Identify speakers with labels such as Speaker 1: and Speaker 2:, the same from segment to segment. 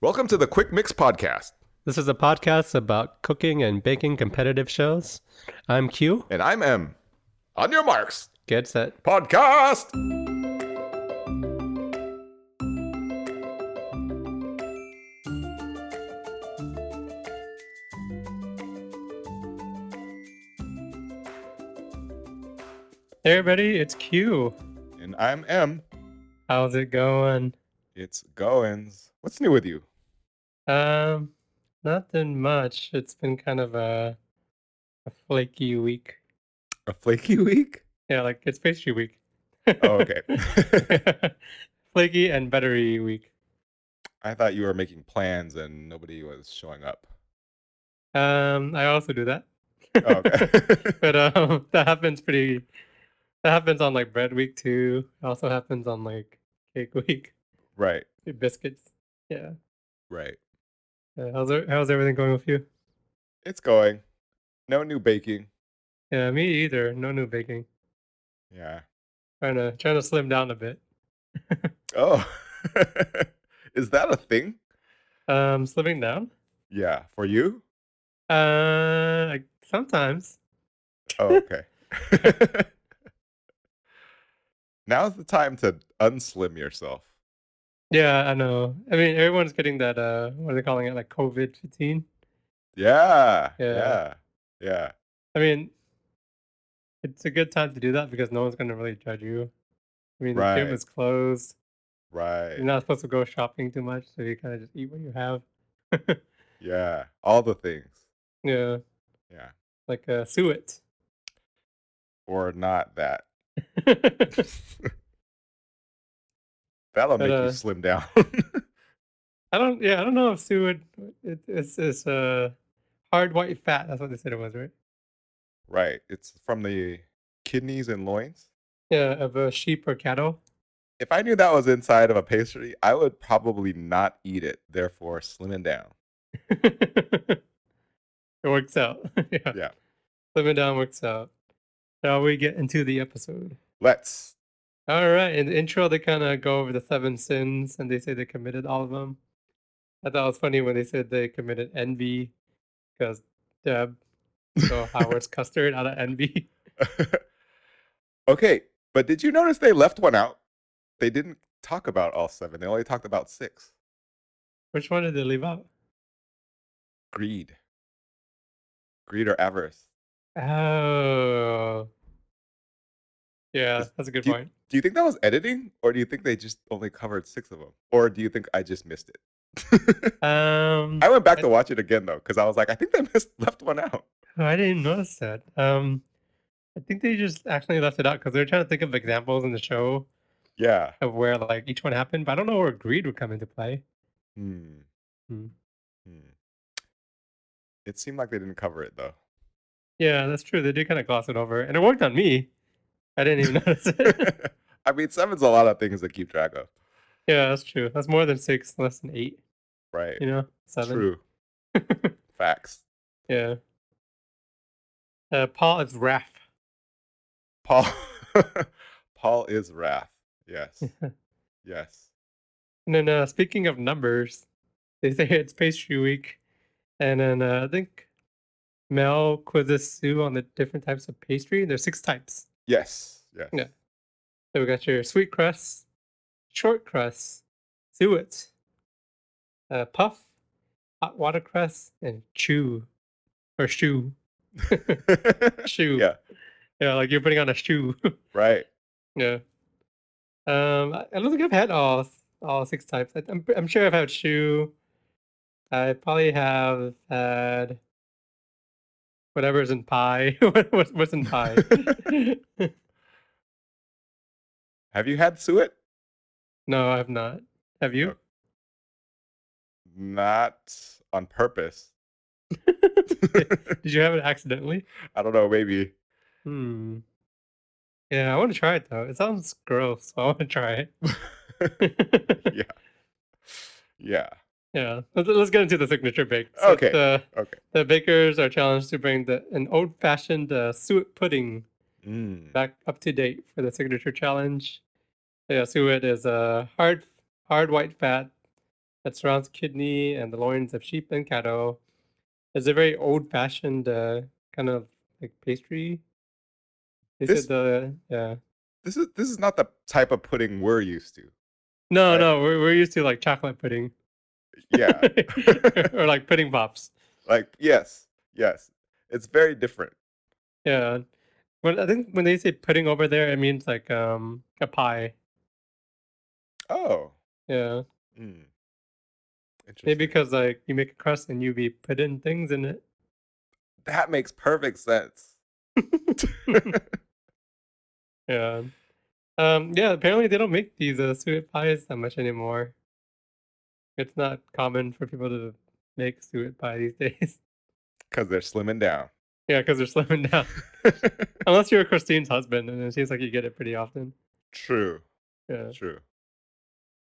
Speaker 1: Welcome to the Quick Mix Podcast.
Speaker 2: This is a podcast about cooking and baking competitive shows. I'm Q.
Speaker 1: And I'm M. On your marks,
Speaker 2: Get set.
Speaker 1: podcast.
Speaker 2: Hey, everybody, it's Q.
Speaker 1: And I'm M.
Speaker 2: How's it going?
Speaker 1: It's Goins. What's new with you?
Speaker 2: Um, nothing much. It's been kind of a, a flaky week.
Speaker 1: A flaky week?
Speaker 2: Yeah, like it's pastry week.
Speaker 1: Oh, okay.
Speaker 2: flaky and buttery week.
Speaker 1: I thought you were making plans and nobody was showing up.
Speaker 2: Um, I also do that.
Speaker 1: Oh, okay.
Speaker 2: but um, that happens pretty. That happens on like bread week too. It also happens on like cake week,
Speaker 1: right,
Speaker 2: biscuits. Yeah.
Speaker 1: right.
Speaker 2: Uh, how's e- how's everything going with you?
Speaker 1: It's going. No new baking.
Speaker 2: Yeah, me either. No new baking.
Speaker 1: Yeah.
Speaker 2: Trying to trying to slim down a bit.
Speaker 1: Oh. Is that a thing?
Speaker 2: Um, slimming down.
Speaker 1: Yeah. For you?
Speaker 2: Uh, like, sometimes.
Speaker 1: Oh, okay. Now's the time to unslim yourself.
Speaker 2: Yeah, I know. I mean, everyone's getting that. Uh, what are they calling it? Like COVID fifteen.
Speaker 1: Yeah. Yeah.
Speaker 2: Yeah.
Speaker 1: Yeah.
Speaker 2: I mean, it's a good time to do that because no one's gonna really judge you. I mean, the
Speaker 1: Right.
Speaker 2: gym is closed.
Speaker 1: Right.
Speaker 2: You're not supposed to go shopping too much, so you kind of just eat what you have.
Speaker 1: Yeah. All the things.
Speaker 2: yeah,
Speaker 1: Yeah.
Speaker 2: like uh, suet.
Speaker 1: Or not that.
Speaker 2: yeah,
Speaker 1: That'll
Speaker 2: But,
Speaker 1: make you
Speaker 2: uh,
Speaker 1: slim down.
Speaker 2: I don't. Yeah, I don't know if suet. It, it's it's uh, hard white fat. That's what they said it was, right?
Speaker 1: right. It's from the kidneys and loins.
Speaker 2: Yeah, of a sheep or cattle.
Speaker 1: If I knew that was inside of a pastry, I would probably not eat it, therefore slimming down.
Speaker 2: it works out. yeah.
Speaker 1: Yeah.
Speaker 2: Slimming down works out. Now we get into the episode.
Speaker 1: Let's.
Speaker 2: All right. In the intro, they kind of go over the seven sins and they say they committed all of them. I thought it was funny when they said they committed envy because Deb, so Howard's custard out of envy.
Speaker 1: okay. But did you notice they left one out? They didn't talk about all seven. They only talked about six.
Speaker 2: Which one did they leave out?
Speaker 1: Greed. Greed or avarice.
Speaker 2: Oh. Yeah, that's a good
Speaker 1: do you-
Speaker 2: point.
Speaker 1: Do you think that was editing, or do you think they just only covered six of them, or do you think I just missed it?
Speaker 2: Um,
Speaker 1: I went back
Speaker 2: I-
Speaker 1: to watch it again though, because I was like, I think they missed left one out.
Speaker 2: Oh, I didn't notice that. Um, I think they just actually left it out because they're trying to think of examples in the show
Speaker 1: Yeah.
Speaker 2: of where like each one happened, but I don't know where greed would come into play.
Speaker 1: Hmm.
Speaker 2: Hmm.
Speaker 1: Hmm. It seemed like they didn't cover it though.
Speaker 2: Yeah, that's true. They did kind of gloss it over, and it worked on me. I didn't even notice it.
Speaker 1: I mean, seven's a lot of things to keep track of,
Speaker 2: yeah, that's true. That's more than six, less than eight.
Speaker 1: right?
Speaker 2: You know, seven.
Speaker 1: True. Facts.
Speaker 2: Yeah. Uh, Paul is Raph.
Speaker 1: Paul. Paul is wrath. Yes. Yes.
Speaker 2: And then uh, speaking of numbers, they say it's pastry week, and then uh, I think Mel quizzes Sue on the different types of pastry. There's six types.
Speaker 1: Yes. Yes.
Speaker 2: Yeah. So we got your sweet crust, short crust, suet, uh, puff, hot water crust, and chew, or shoe, shoe.
Speaker 1: Yeah.
Speaker 2: yeah, like you're putting on a shoe.
Speaker 1: right.
Speaker 2: Yeah. Um, I I don't think I've had all s- all six types. I, I'm I'm sure I've had shoe. I probably have had whatever's in pie. What- what's, what's in pie?
Speaker 1: Have you had suet?
Speaker 2: no, I have not. Have you?
Speaker 1: Not on purpose.
Speaker 2: Did you have it accidentally?
Speaker 1: I don't know, maybe.
Speaker 2: Hmm. Yeah, I want to try it though. It sounds gross. So I want to try it.
Speaker 1: Yeah.
Speaker 2: Yeah, let's, let's get into the signature bake. So
Speaker 1: Okay,
Speaker 2: The,
Speaker 1: okay.
Speaker 2: The bakers are challenged to bring the an old fashioned uh, suet pudding
Speaker 1: Mm.
Speaker 2: back up to date for the signature challenge. Yeah, suet is a hard hard white fat that surrounds kidney and the loins of sheep and cattle. It's a very old-fashioned uh, kind of like pastry. They
Speaker 1: This-
Speaker 2: said the yeah.
Speaker 1: This is this is not the type of pudding we're used to.
Speaker 2: No,
Speaker 1: Right.
Speaker 2: no, we're, we're used to like chocolate pudding.
Speaker 1: Yeah.
Speaker 2: or like pudding pops.
Speaker 1: like yes, yes. It's very different.
Speaker 2: Yeah. When I think when they say pudding over there, it means like um a pie.
Speaker 1: Oh.
Speaker 2: Yeah.
Speaker 1: Mm. Interesting.
Speaker 2: Maybe because like you make a crust and you be putting things in it.
Speaker 1: that makes perfect sense.
Speaker 2: Yeah. Um yeah, apparently they don't make these uh suet pies that much anymore. It's not common for people to make suet pie these days.
Speaker 1: Because they're slimming down.
Speaker 2: yeah, because they're slimming down. Unless you're Christine's husband, and it seems like you get it pretty often.
Speaker 1: true.
Speaker 2: Yeah.
Speaker 1: True.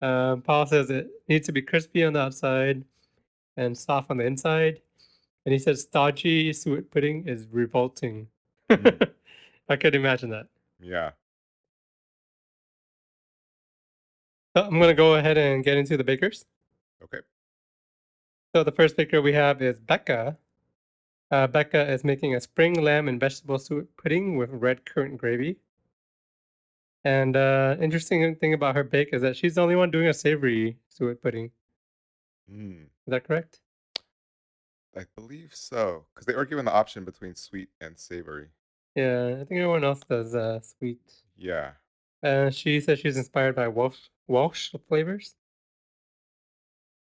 Speaker 2: Um, Paul says it needs to be crispy on the outside and soft on the inside. And he says stodgy suet pudding is revolting.
Speaker 1: Mm.
Speaker 2: I could imagine that.
Speaker 1: Yeah.
Speaker 2: So I'm going to go ahead and get into the bakers.
Speaker 1: Okay.
Speaker 2: So the first baker we have is Becca. Uh, Becca is making a spring lamb and vegetable suet pudding with red currant gravy. And uh, interesting thing about her bake is that she's the only one doing a savory suet pudding.
Speaker 1: Mm.
Speaker 2: Is that correct?
Speaker 1: I believe so. Because they were given the option between sweet and savory.
Speaker 2: Yeah, I think everyone else does uh, sweet.
Speaker 1: Yeah.
Speaker 2: Uh, she says she's inspired by Welsh Welsh flavors.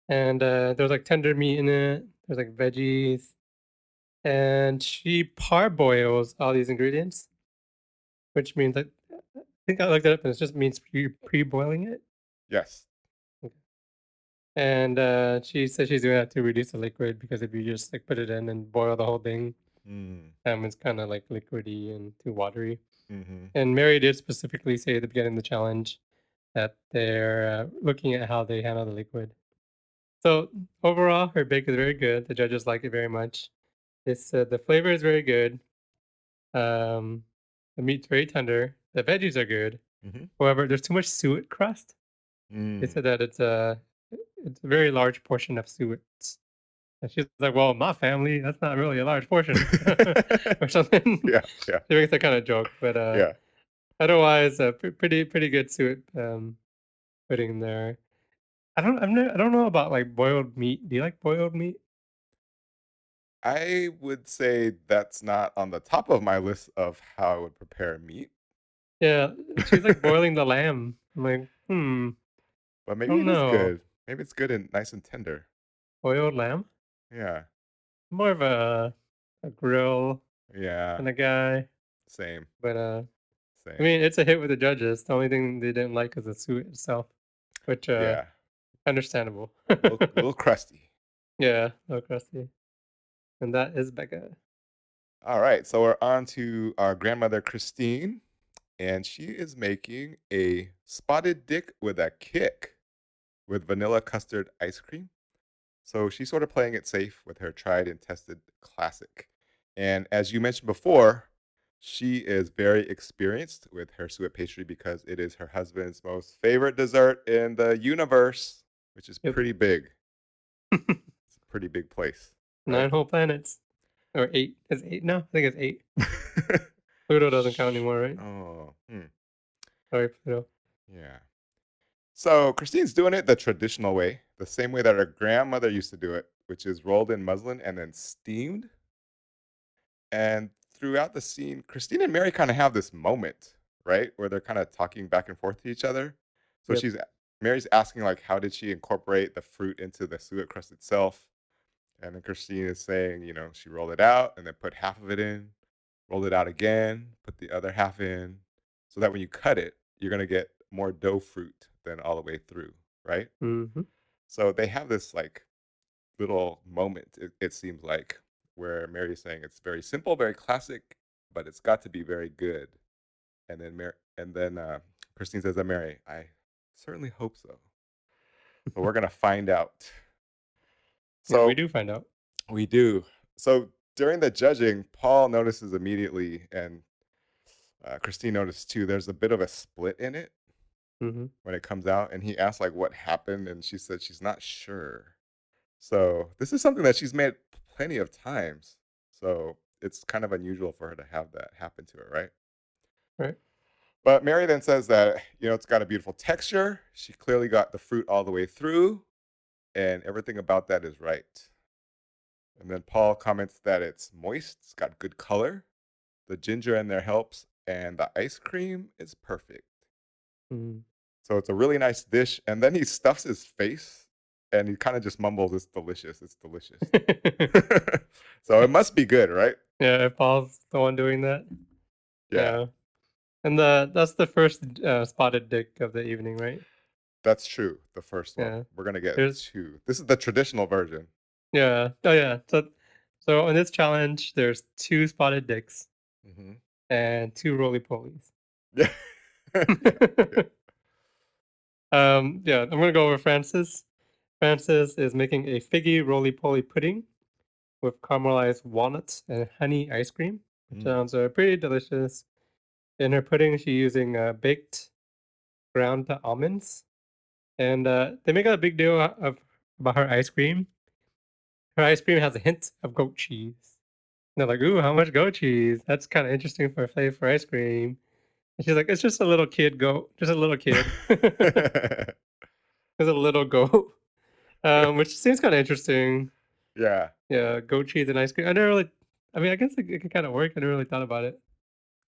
Speaker 2: And uh, there's like tender meat in it. There's like veggies, and she parboils all these ingredients, which means like I think I looked it up, and it just means pre pre boiling it.
Speaker 1: Yes.
Speaker 2: And uh, she says she's doing that to reduce the liquid because if you just like put it in and boil the whole thing,
Speaker 1: Mm.
Speaker 2: um, it's kind of like liquidy and too watery.
Speaker 1: hmm
Speaker 2: And Mary did specifically say at the beginning of the challenge that they're uh, looking at how they handle the liquid. So overall, her bake is very good. The judges like it very much. This uh, the flavor is very good. Um, the meat's very tender. The veggies are good.
Speaker 1: Mhm.
Speaker 2: However, there's too much suet crust. They
Speaker 1: Mm.
Speaker 2: said that it's a it's a very large portion of suet. And she's like, "Well, my family, that's not really a large portion," or something.
Speaker 1: yeah. Yeah.
Speaker 2: She makes that kind of joke, but uh,
Speaker 1: Yeah.
Speaker 2: otherwise uh, pre- pretty pretty good suit um putting there i don't I'm not, i don't know about like boiled meat do you like boiled meat
Speaker 1: I would say that's not on the top of my list of how I would prepare meat,
Speaker 2: yeah she's like boiling the lamb i'm like hmm
Speaker 1: but maybe
Speaker 2: don't
Speaker 1: it is
Speaker 2: know.
Speaker 1: good. Maybe it's good and nice and tender.
Speaker 2: boiled lamb
Speaker 1: Yeah.
Speaker 2: more of a a grill
Speaker 1: Yeah.
Speaker 2: kind of guy
Speaker 1: Same.
Speaker 2: but uh
Speaker 1: Same.
Speaker 2: i mean it's a hit with the judges the only thing they didn't like is the suit itself which uh
Speaker 1: yeah.
Speaker 2: understandable
Speaker 1: A little, little crusty.
Speaker 2: yeah a little crusty and that is becca
Speaker 1: All right. So we're on to our grandmother, Christine, and she is making a spotted dick with a kick with vanilla custard ice cream. So she's sort of playing it safe with her tried and tested classic. And as you mentioned before, she is very experienced with her suet pastry because it is her husband's most favorite dessert in the universe, which is
Speaker 2: Yep.
Speaker 1: pretty big. it's a pretty big place. right?
Speaker 2: Nine whole planets. Or eight. Is it eight now? I think it's eight. Pluto doesn't count anymore, right?
Speaker 1: oh, hmm.
Speaker 2: Sorry, Pluto.
Speaker 1: Yeah. So Christine's doing it the traditional way, the same way that her grandmother used to do it, which is rolled in muslin and then steamed. And throughout the scene, Christine and Mary kind of have this moment, right? Where they're kind of talking back and forth to each other. So
Speaker 2: Yep.
Speaker 1: she's Mary's asking like how did she incorporate the fruit into the suet crust itself? And then Christine is saying, you know, she rolled it out and then put half of it in, rolled it out again, put the other half in, so that when you cut it, you're gonna get more dough fruit than all the way through, right?
Speaker 2: hmm
Speaker 1: So they have this like little moment, it, it seems like, where Mary is saying it's very simple, very classic, but it's got to be very good. And then Mary, and then uh, Christine says to Mary, I certainly hope so. But we're gonna find out.
Speaker 2: So we do find out.
Speaker 1: We do. So during the judging, Paul notices immediately, and uh, Christine noticed too. There's a bit of a split in it,
Speaker 2: hmm
Speaker 1: when it comes out and he asked like what happened and she said she's not sure so this is something that she's made plenty of times so it's kind of unusual for her to have that happen to her right
Speaker 2: Right.
Speaker 1: but mary then says that you know it's got a beautiful texture she clearly got the fruit all the way through and everything about that is right and then paul comments that it's moist it's got good color the ginger in there helps and the ice cream is perfect
Speaker 2: mm
Speaker 1: so it's a really nice dish. And then he stuffs his face and he kind of just mumbles, It's delicious. It's delicious. so it must be good, right?
Speaker 2: Mm-hmm. yeah, if Paul's the one doing that. And the that's the first uh, spotted dick of the evening, right?
Speaker 1: That's true. The first one.
Speaker 2: Yeah.
Speaker 1: We're going to get
Speaker 2: There's-
Speaker 1: two. This is the traditional version.
Speaker 2: Yeah. Oh yeah. So so in this challenge there's two spotted dicks
Speaker 1: Mm-hmm.
Speaker 2: and two roly polies.
Speaker 1: Yeah.
Speaker 2: um yeah, I'm gonna go over Francis. Francis is making a figgy roly poly pudding with caramelized walnuts and honey ice cream.
Speaker 1: Mm.
Speaker 2: Sounds uh, pretty delicious. In her pudding, she's using uh, baked ground almonds, and uh, they make a big deal o- of about her ice cream. Her ice cream has a hint of goat cheese. And they're like, "Ooh, how much goat cheese? That's kind of interesting for a flavor for ice cream." And she's like, "It's just a little kid goat, just a little kid, just a little goat," um, which seems kind of interesting.
Speaker 1: yeah.
Speaker 2: Yeah, goat cheese and ice cream. I never really, I mean, I guess it, it could kind of work. I never really thought about it.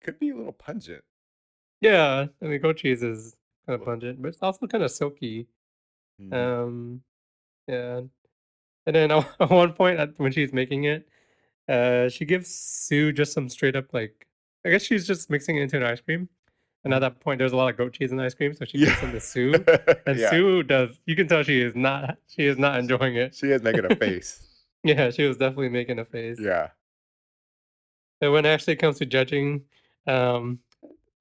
Speaker 1: Could be a little pungent.
Speaker 2: Yeah, I mean, goat cheese is kind of
Speaker 1: Well-
Speaker 2: pungent, but it's also kind of silky.
Speaker 1: Mhm.
Speaker 2: Um, yeah. And then at at one point at- when she's making it, uh, she gives Sue just some straight up like, I guess she's just mixing it into an ice cream. And at that point, there's a lot of goat cheese in the ice cream, so she
Speaker 1: Mm-hmm. Yeah.
Speaker 2: gives some to Sue. And
Speaker 1: Yeah.
Speaker 2: Sue does. You can tell she is not. She is not enjoying it.
Speaker 1: She is making a face.
Speaker 2: Yeah, she was definitely making a face.
Speaker 1: yeah.
Speaker 2: And when it actually comes to judging, um,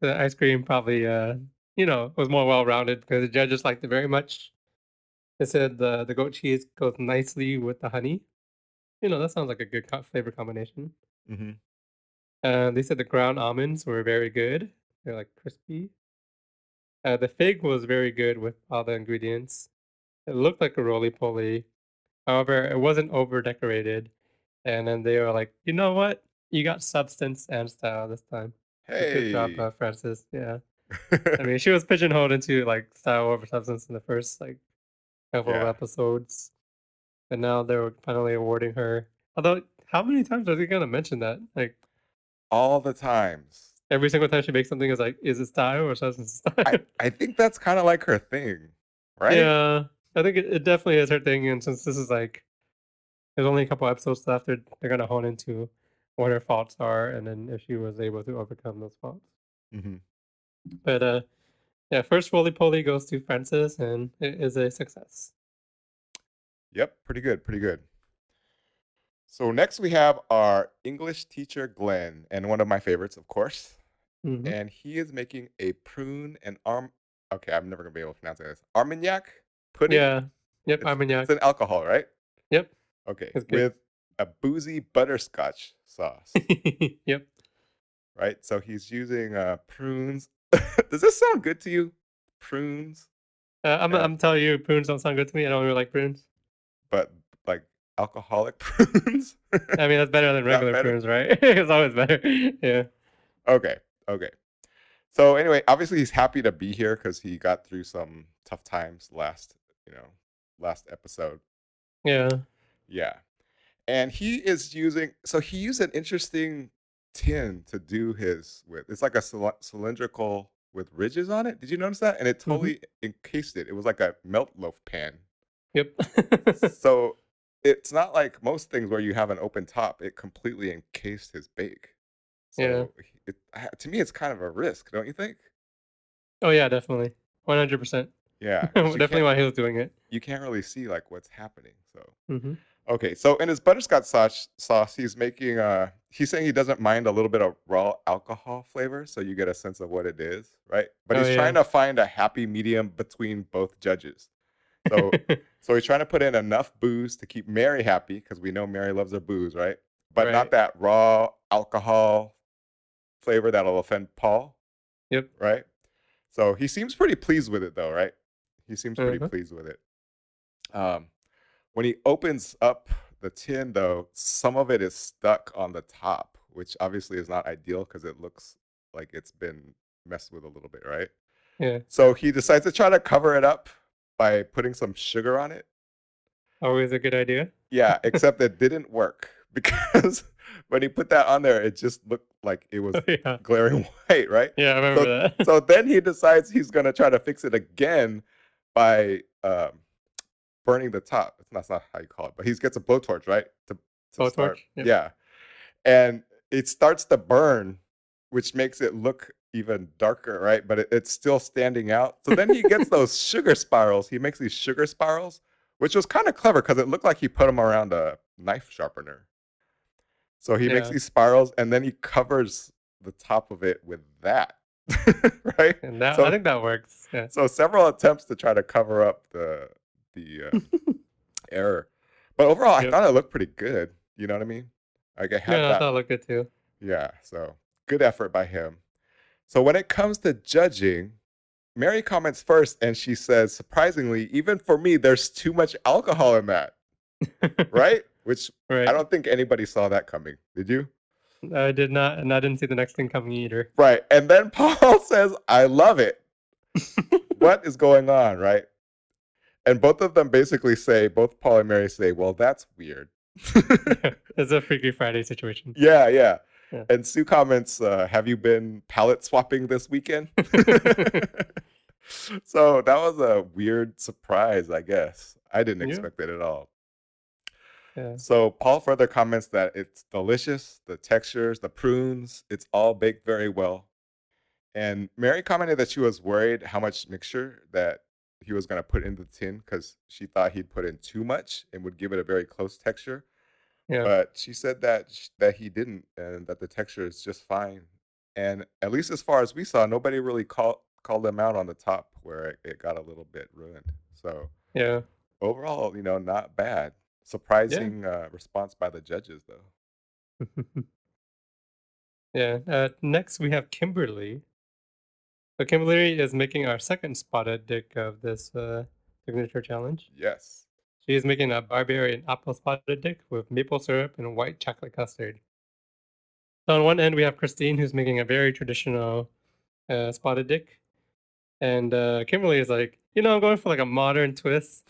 Speaker 2: the ice cream probably, uh, you know, was more well rounded because the judges liked it very much. They said the, the goat cheese goes nicely with the honey. You know, that sounds like a good co- flavor combination.
Speaker 1: Mm-hmm.
Speaker 2: Uh, they said the ground almonds were very good. They're like crispy. Uh, the fig was very good with all the ingredients. It looked like a roly poly. However, it wasn't over decorated. And then they were like, you know what? You got substance and style this time. So Good
Speaker 1: Hey.
Speaker 2: job, uh, Francis. Yeah. I mean, she was pigeonholed into like style over substance in the first like couple of
Speaker 1: Yeah.
Speaker 2: episodes, and now they're finally awarding her. Although, how many times are they gonna mention that? Like
Speaker 1: All the times.
Speaker 2: every single time she makes something is like, is it style or substance style?
Speaker 1: I, I think that's kind of like her thing, right?
Speaker 2: Yeah, I think it, it definitely is her thing, and since this is like, there's only a couple episodes left, they're they're gonna hone into what her faults are, and then if she was able to overcome those faults.
Speaker 1: Mm-hmm.
Speaker 2: But uh, yeah, first roly poly goes to Francis, and it is a success.
Speaker 1: Yep, pretty good, pretty good. So next we have our English teacher Glenn, and one of my favorites, of course.
Speaker 2: Mhm.
Speaker 1: And he is making a prune and arm. Okay, I'm never gonna be able to pronounce this. Armagnac pudding.
Speaker 2: Yeah. Yep. Armagnac.
Speaker 1: it's an alcohol, right?
Speaker 2: Yep.
Speaker 1: Okay,
Speaker 2: It's good.
Speaker 1: with a boozy butterscotch sauce,
Speaker 2: yep.
Speaker 1: right? So he's using uh, prunes. Does this sound good to you? Prunes,
Speaker 2: Uh, I'm.
Speaker 1: Yeah.
Speaker 2: I'm telling you, prunes don't sound good to me. I don't really like prunes.
Speaker 1: but like alcoholic prunes.
Speaker 2: I mean, that's better than
Speaker 1: Not
Speaker 2: regular
Speaker 1: better.
Speaker 2: prunes, right? it's always better. Yeah.
Speaker 1: Okay. Okay. So anyway, obviously he's happy to be here because he got through some tough times last, you know, last episode.
Speaker 2: Yeah.
Speaker 1: Yeah. And he is using so he used an interesting tin to do his with. It's like a cyl- cylindrical with ridges on it. Did you notice that? And it totally encased it. It was like a melt loaf pan.
Speaker 2: Yep.
Speaker 1: so it's not like most things where you have an open top. It completely encased his bake. So
Speaker 2: Yeah.
Speaker 1: he- it, I- to me, it's kind of a risk, don't you think?
Speaker 2: oh yeah, definitely. One hundred percent.
Speaker 1: Yeah, 'cause you
Speaker 2: Definitely
Speaker 1: Can't,
Speaker 2: why he was doing it.
Speaker 1: you can't really see like what's happening. So
Speaker 2: hmm
Speaker 1: okay, so in his butterscotch sauce, sauce he's making. Uh, he's saying he doesn't mind a little bit of raw alcohol flavor, so you get a sense of what it is, right? But
Speaker 2: Oh,
Speaker 1: he's
Speaker 2: yeah.
Speaker 1: trying to find a happy medium between both judges. So so he's trying to put in enough booze to keep Mary happy because we know Mary loves her booze, right? But not
Speaker 2: Right.
Speaker 1: that raw alcohol flavor that'll offend Paul.
Speaker 2: Yep.
Speaker 1: Right. So he seems pretty pleased with it, though, right? He seems pretty
Speaker 2: Mhm.
Speaker 1: pleased with it. Um, when he opens up the tin, though, some of it is stuck on the top, which obviously is not ideal because it looks like it's been messed with a little bit, right?
Speaker 2: Yeah.
Speaker 1: So he decides to try to cover it up by putting some sugar on it.
Speaker 2: Always a good idea.
Speaker 1: Yeah, except it didn't work because when he put that on there, it just looked like it was
Speaker 2: Oh, yeah.
Speaker 1: glaring white, right?
Speaker 2: Yeah, I remember that.
Speaker 1: so then he decides he's going to try to fix it again by um, burning the top. It's not, that's not how you call it, but he gets a blowtorch, right? To, to
Speaker 2: Blowtorch,
Speaker 1: start-
Speaker 2: yep.
Speaker 1: Yeah. And it starts to burn, which makes it look even darker, right? But it, it's still standing out. So then he gets those sugar spirals. He makes these sugar spirals, which was kind of clever because it looked like he put them around a knife sharpener. So he makes
Speaker 2: Yeah.
Speaker 1: these spirals and then he covers the top of it with that, right?
Speaker 2: And that
Speaker 1: So-
Speaker 2: I think that works. Yeah.
Speaker 1: So several attempts to try to cover up the the uh, error, but overall, I
Speaker 2: Yep.
Speaker 1: thought it looked pretty good. You know what I mean? Like I had
Speaker 2: Yeah, I
Speaker 1: that.
Speaker 2: thought it looked good too.
Speaker 1: Yeah. So good effort by him. So when it comes to judging, Mary comments first, and she says, surprisingly, even for me, there's too much alcohol in that, right? Which
Speaker 2: Right.
Speaker 1: I don't think anybody saw that coming. Did you?
Speaker 2: I did not, and I didn't see the next thing coming either.
Speaker 1: Right. And then Paul says, I love it. what is going on? Right. And both of them basically say, both Paul and Mary say, well, that's weird.
Speaker 2: It's a Freaky Friday situation.
Speaker 1: yeah, yeah.
Speaker 2: Yeah.
Speaker 1: And Sue comments, uh, have you been palette swapping this weekend? so that was a weird surprise, I guess. I didn't
Speaker 2: Yeah.
Speaker 1: expect it at all.
Speaker 2: Yeah.
Speaker 1: So Paul further comments that it's delicious, the textures, the prunes, it's all baked very well. And Mary commented that she was worried how much mixture that he was going to put in the tin because she thought he'd put in too much and would give it a very close texture.
Speaker 2: Yeah.
Speaker 1: But she said that sh- that he didn't and that the texture is just fine. And at least as far as we saw, nobody really called called them out on the top where it, it got a little bit ruined. So
Speaker 2: Yeah.
Speaker 1: overall, you know, not bad. Surprising uh, response by the judges, though.
Speaker 2: yeah. Uh, next, we have Kimberly. So Kimberly is making our second spotted dick of this uh, signature challenge.
Speaker 1: Yes.
Speaker 2: She is making a barbarian apple spotted dick with maple syrup and white chocolate custard. So on one end, we have Christine, who's making a very traditional uh, spotted dick. And uh, Kimberly is like, you know, I'm going for like a modern twist.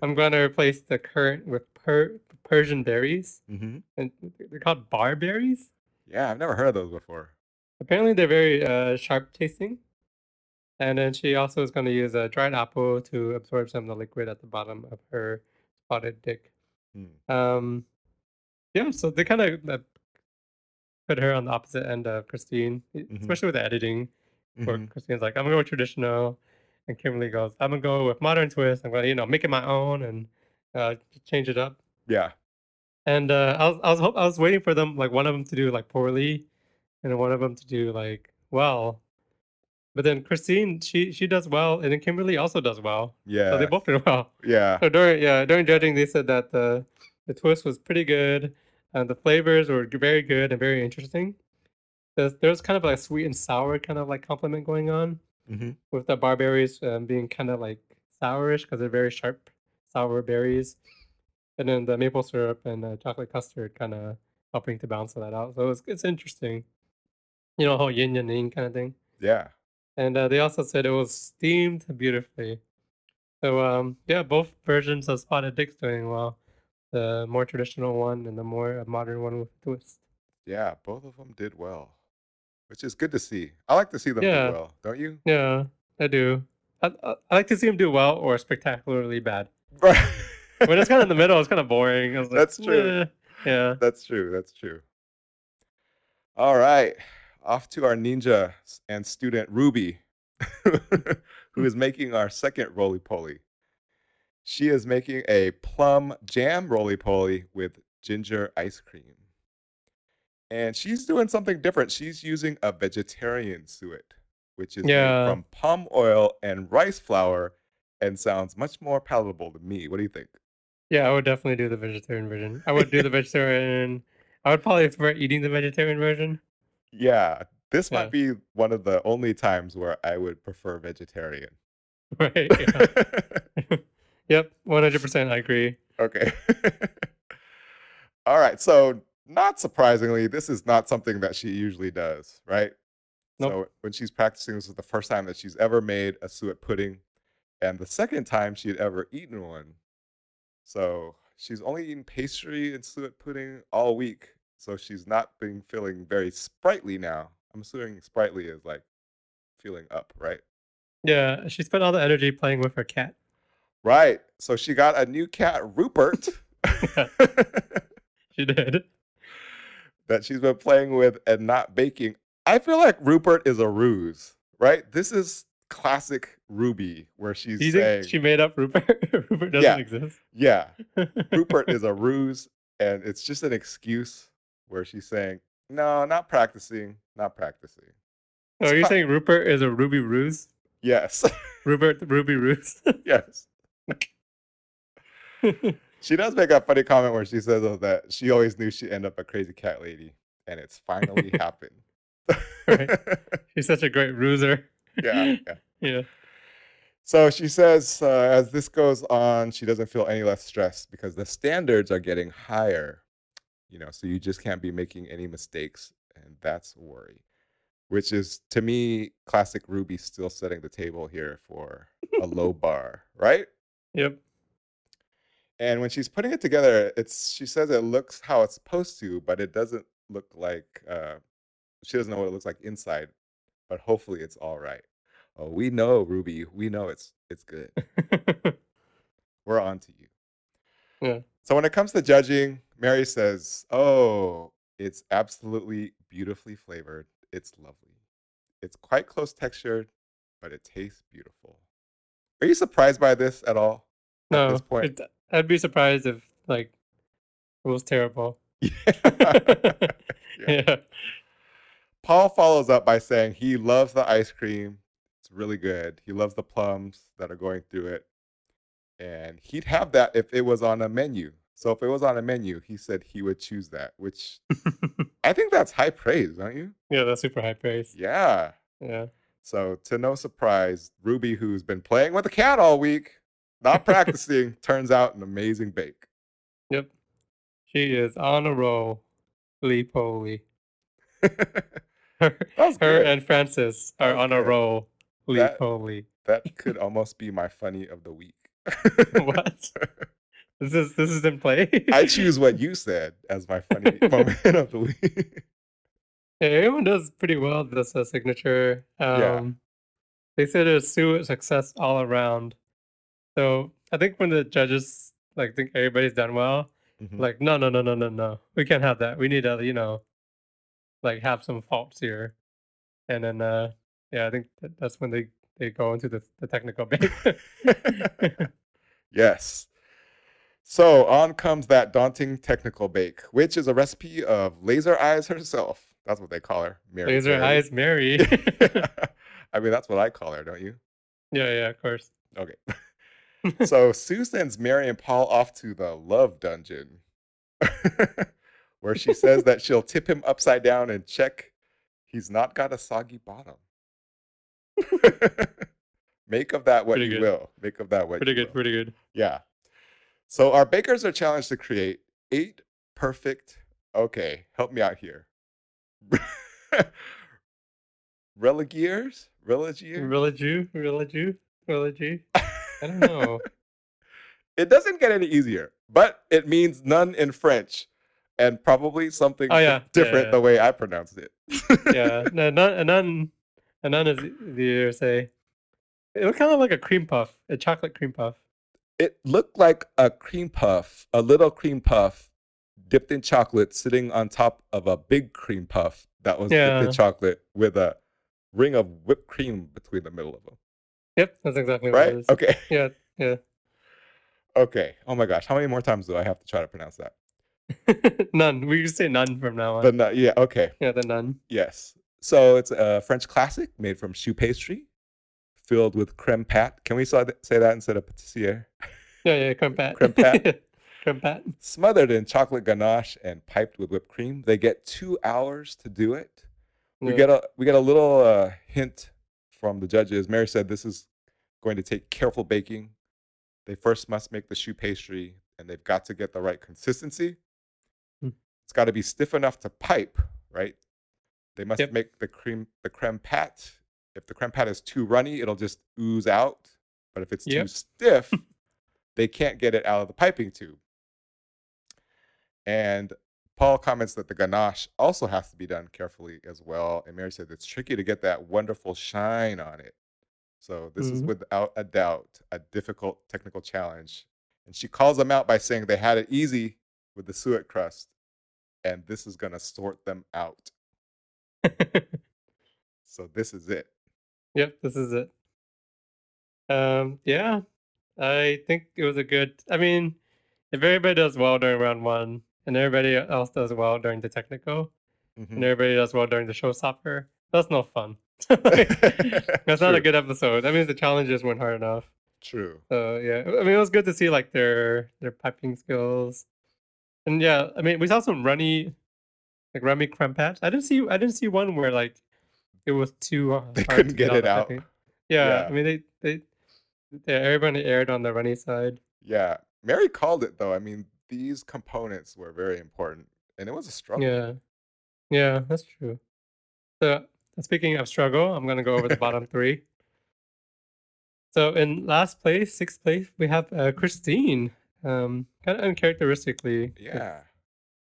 Speaker 2: I'm going to replace the currant with per- Persian berries.
Speaker 1: hmm
Speaker 2: And they're called barberries.
Speaker 1: Yeah, I've never heard of those before.
Speaker 2: Apparently, they're very uh, sharp tasting. And then she also is going to use a dried apple to absorb some of the liquid at the bottom of her spotted dick.
Speaker 1: Hmm.
Speaker 2: Um, yeah, so they kind of uh, put her on the opposite end of Christine, e-
Speaker 1: Mhm.
Speaker 2: especially with the editing, where
Speaker 1: Mhm.
Speaker 2: Christine's like, "I'm gonna go with traditional," and Kimberly goes, "I'm gonna go with modern twist. I'm gonna, you know, make it my own and uh, ch- change it up."
Speaker 1: Yeah.
Speaker 2: And uh, I was, I was, hop- I was waiting for them, like one of them to do like poorly, and one of them to do like well. But then Christine, she she does well, and then Kimberly also does well.
Speaker 1: Yeah.
Speaker 2: So they both did well.
Speaker 1: yeah.
Speaker 2: So during yeah during judging, they said that the the twist was pretty good, and the flavors were g- very good and very interesting. There's there's kind of like sweet and sour kind of like compliment going on
Speaker 1: hmm
Speaker 2: with the barberries um, being kind of like sourish because they're very sharp sour berries, and then the maple syrup and uh, chocolate custard kind of helping to balance that out. So it's it's interesting, you know, whole yin and yang kind of thing
Speaker 1: Yeah.
Speaker 2: and uh, they also said it was steamed beautifully. So um, yeah, both versions of Spotted Dick's doing well. The more traditional one and the more uh, modern one with a twist.
Speaker 1: Yeah. Both of them did well, which is good to see. I like to see them
Speaker 2: Yeah.
Speaker 1: do well, don't you?
Speaker 2: Yeah, I do. I, I, I like to see him do well or spectacularly bad.
Speaker 1: Right.
Speaker 2: When it's kind of in the middle, it's kind of boring. I was like,
Speaker 1: That's true.
Speaker 2: "Eh, Yeah.
Speaker 1: That's true. That's true. All right. Off to our ninja s- and student Ruby, who is making our second roly poly. She is making a plum jam roly poly with ginger ice cream. And she's doing something different. She's using a vegetarian suet, which is made
Speaker 2: Yeah.
Speaker 1: from palm oil and rice flour and sounds much more palatable to me. What do you think?
Speaker 2: Yeah, I would definitely do the vegetarian version. I would do the vegetarian. I would probably prefer eating the vegetarian version.
Speaker 1: Yeah, This
Speaker 2: Yeah.
Speaker 1: might be one of the only times where I would prefer vegetarian.
Speaker 2: Right. yeah. Yep. One hundred percent. I agree.
Speaker 1: Okay. All right. So, not surprisingly, this is not something that she usually does, right? So,
Speaker 2: Nope.
Speaker 1: when she's practicing, this is the first time that she's ever made a suet pudding and the second time she had ever eaten one. So, she's only eaten pastry and suet pudding all week. So, she's not been feeling very sprightly now. I'm assuming sprightly is like feeling up, right?
Speaker 2: Yeah. She spent all the energy playing with her cat.
Speaker 1: Right. So, she got a new cat, Rupert.
Speaker 2: She did.
Speaker 1: that she's been playing with and not baking. I feel like Rupert is a ruse, right? This is classic Ruby, where she's
Speaker 2: Do you
Speaker 1: saying,
Speaker 2: think she made up Rupert? Rupert doesn't
Speaker 1: Yeah.
Speaker 2: exist.
Speaker 1: "Yeah, Rupert is a ruse, and it's just an excuse." Where she's saying, "No, not practicing, not practicing."
Speaker 2: Oh, are you
Speaker 1: It's
Speaker 2: saying Rupert is a Ruby ruse?
Speaker 1: Yes,
Speaker 2: Rupert the Ruby ruse.
Speaker 1: yes. She does make a funny comment where she says oh, that she always knew she'd end up a crazy cat lady, and it's finally happened.
Speaker 2: Right. She's such a great ruser.
Speaker 1: yeah, yeah.
Speaker 2: Yeah.
Speaker 1: So she says, uh, as this goes on, she doesn't feel any less stressed because the standards are getting higher. You know, so you just can't be making any mistakes, and that's a worry. Which is, to me, classic Ruby still setting the table here for a low bar, right?
Speaker 2: Yep.
Speaker 1: And when she's putting it together, it's she says it looks how it's supposed to, but it doesn't look like. Uh, she doesn't know what it looks like inside, but hopefully it's all right. Oh, we know Ruby. We know it's it's good. we're on to you.
Speaker 2: Yeah.
Speaker 1: So when it comes to judging, Mary says, Oh, it's absolutely beautifully flavored. It's lovely. It's quite close textured, but it tastes beautiful. Are you surprised by this at all?
Speaker 2: no.
Speaker 1: At this point.
Speaker 2: Oh, it- I'd be surprised if like it was terrible. yeah.
Speaker 1: Paul follows up by saying he loves the ice cream. It's really good. He loves the plums that are going through it. And he'd have that if it was on a menu. So if it was on a menu, he said he would choose that, which I think that's high praise, don't you?
Speaker 2: Yeah, that's super high praise.
Speaker 1: Yeah.
Speaker 2: Yeah.
Speaker 1: So to no surprise, Ruby, who's been playing with a cat all week, not practicing, turns out an amazing bake.
Speaker 2: Yep. She is on a roll. Lee Polly.
Speaker 1: that
Speaker 2: Her,
Speaker 1: was
Speaker 2: her
Speaker 1: good.
Speaker 2: and Francis are
Speaker 1: That was
Speaker 2: on a
Speaker 1: good.
Speaker 2: roll. Lee
Speaker 1: That-
Speaker 2: Polly.
Speaker 1: That could almost be my funny of the week.
Speaker 2: What? This is this is in play.
Speaker 1: I choose what you said as my funny moment of the week.
Speaker 2: Yeah, everyone does pretty well with this uh, signature. Um,
Speaker 1: Yeah.
Speaker 2: They said it's su- success all around. So I think when the judges like think everybody's done well,
Speaker 1: Mhm.
Speaker 2: like no, no, no, no, no, no, we can't have that. We need to, you know, like have some faults here. And then, uh, yeah, I think that that's when they they go into the, the technical bit.
Speaker 1: yes. So on comes that daunting technical bake, which is a recipe of Laser Eyes herself. That's what they call her. Mary
Speaker 2: Laser
Speaker 1: Mary.
Speaker 2: eyes, Mary.
Speaker 1: I mean, that's what I call her, don't you?
Speaker 2: yeah, yeah, of course.
Speaker 1: Okay. so Sue sends Mary and Paul off to the love dungeon, where she says that she'll tip him upside down and check he's not got a soggy bottom. Make of that what
Speaker 2: Pretty
Speaker 1: you
Speaker 2: good.
Speaker 1: will. Make of that what
Speaker 2: Pretty
Speaker 1: you
Speaker 2: good,
Speaker 1: will.
Speaker 2: pretty good.
Speaker 1: Yeah. So our bakers are challenged to create eight perfect. Okay, help me out here. Religiers? Religiers?
Speaker 2: Religieux, religieux, religieux. I don't know.
Speaker 1: It doesn't get any easier, but it means none in French and probably something
Speaker 2: Oh,
Speaker 1: di-
Speaker 2: yeah. Yeah,
Speaker 1: different
Speaker 2: yeah.
Speaker 1: the way I pronounced it.
Speaker 2: yeah, no, none, and none, and none is e, the say. It looked kind of like a cream puff, a chocolate cream puff.
Speaker 1: It looked like a cream puff, a little cream puff dipped in chocolate sitting on top of a big cream puff that was dipped
Speaker 2: Yeah.
Speaker 1: in chocolate with a ring of whipped cream between the middle of them.
Speaker 2: Yep, that's exactly what
Speaker 1: Right?
Speaker 2: it is.
Speaker 1: Okay.
Speaker 2: Yeah, yeah.
Speaker 1: Okay. Oh my gosh. How many more times do I have to try to pronounce that?
Speaker 2: none. We just say none from now on.
Speaker 1: But no, yeah, okay.
Speaker 2: yeah, the none.
Speaker 1: Yes. So it's a French classic made from choux pastry, filled with creme pat. Can we say that say that instead of patissier?
Speaker 2: Yeah, yeah, creme pat.
Speaker 1: Creme pat.
Speaker 2: creme pat.
Speaker 1: Smothered in chocolate ganache and piped with whipped cream, they get two hours to do it, We
Speaker 2: Yeah.
Speaker 1: get a we get a little uh, hint from the judges. Mary said this is going to take careful baking. They first must make the shoe pastry, and they've got to get the right consistency.
Speaker 2: Hmm.
Speaker 1: It's got to be stiff enough to pipe, right? They must
Speaker 2: Yep.
Speaker 1: make the cream the creme pat. If the creme pat is too runny, it'll just ooze out. But if it's too
Speaker 2: Yep.
Speaker 1: stiff, they can't get it out of the piping tube. And Paul comments that the ganache also has to be done carefully as well. And Mary said it's tricky to get that wonderful shine on it. So this is
Speaker 2: Mhm.
Speaker 1: without a doubt a difficult technical challenge. And she calls them out by saying they had it easy with the suet crust, and this is going to sort them out. So this is it.
Speaker 2: Yep, this is it. Um, yeah, I think it was a good. I mean, if everybody does well during round one, and everybody else does well during the technical,
Speaker 1: Mm-hmm.
Speaker 2: and
Speaker 1: Mm.
Speaker 2: everybody does well during the showstopper, that's not fun. that's not
Speaker 1: True.
Speaker 2: a good episode. That means the challenges weren't hard enough.
Speaker 1: True.
Speaker 2: So yeah, I mean, it was good to see like their their piping skills, and yeah, I mean, we saw some runny, like runny crumb patch. I didn't see I didn't see one where like it was too uh,
Speaker 1: They
Speaker 2: hard to
Speaker 1: couldn't get
Speaker 2: out
Speaker 1: it
Speaker 2: the
Speaker 1: out.
Speaker 2: piping. Yeah,
Speaker 1: Yeah.
Speaker 2: I mean they they yeah, everybody aired on the runny side.
Speaker 1: Yeah. Mary called it though. I mean, these components were very important, and it was a struggle.
Speaker 2: Yeah, yeah, that's true. So speaking of struggle, I'm gonna go over the bottom three. So in last place, sixth place, we have uh, Christine. Um, kind of uncharacteristically, like,
Speaker 1: Yeah.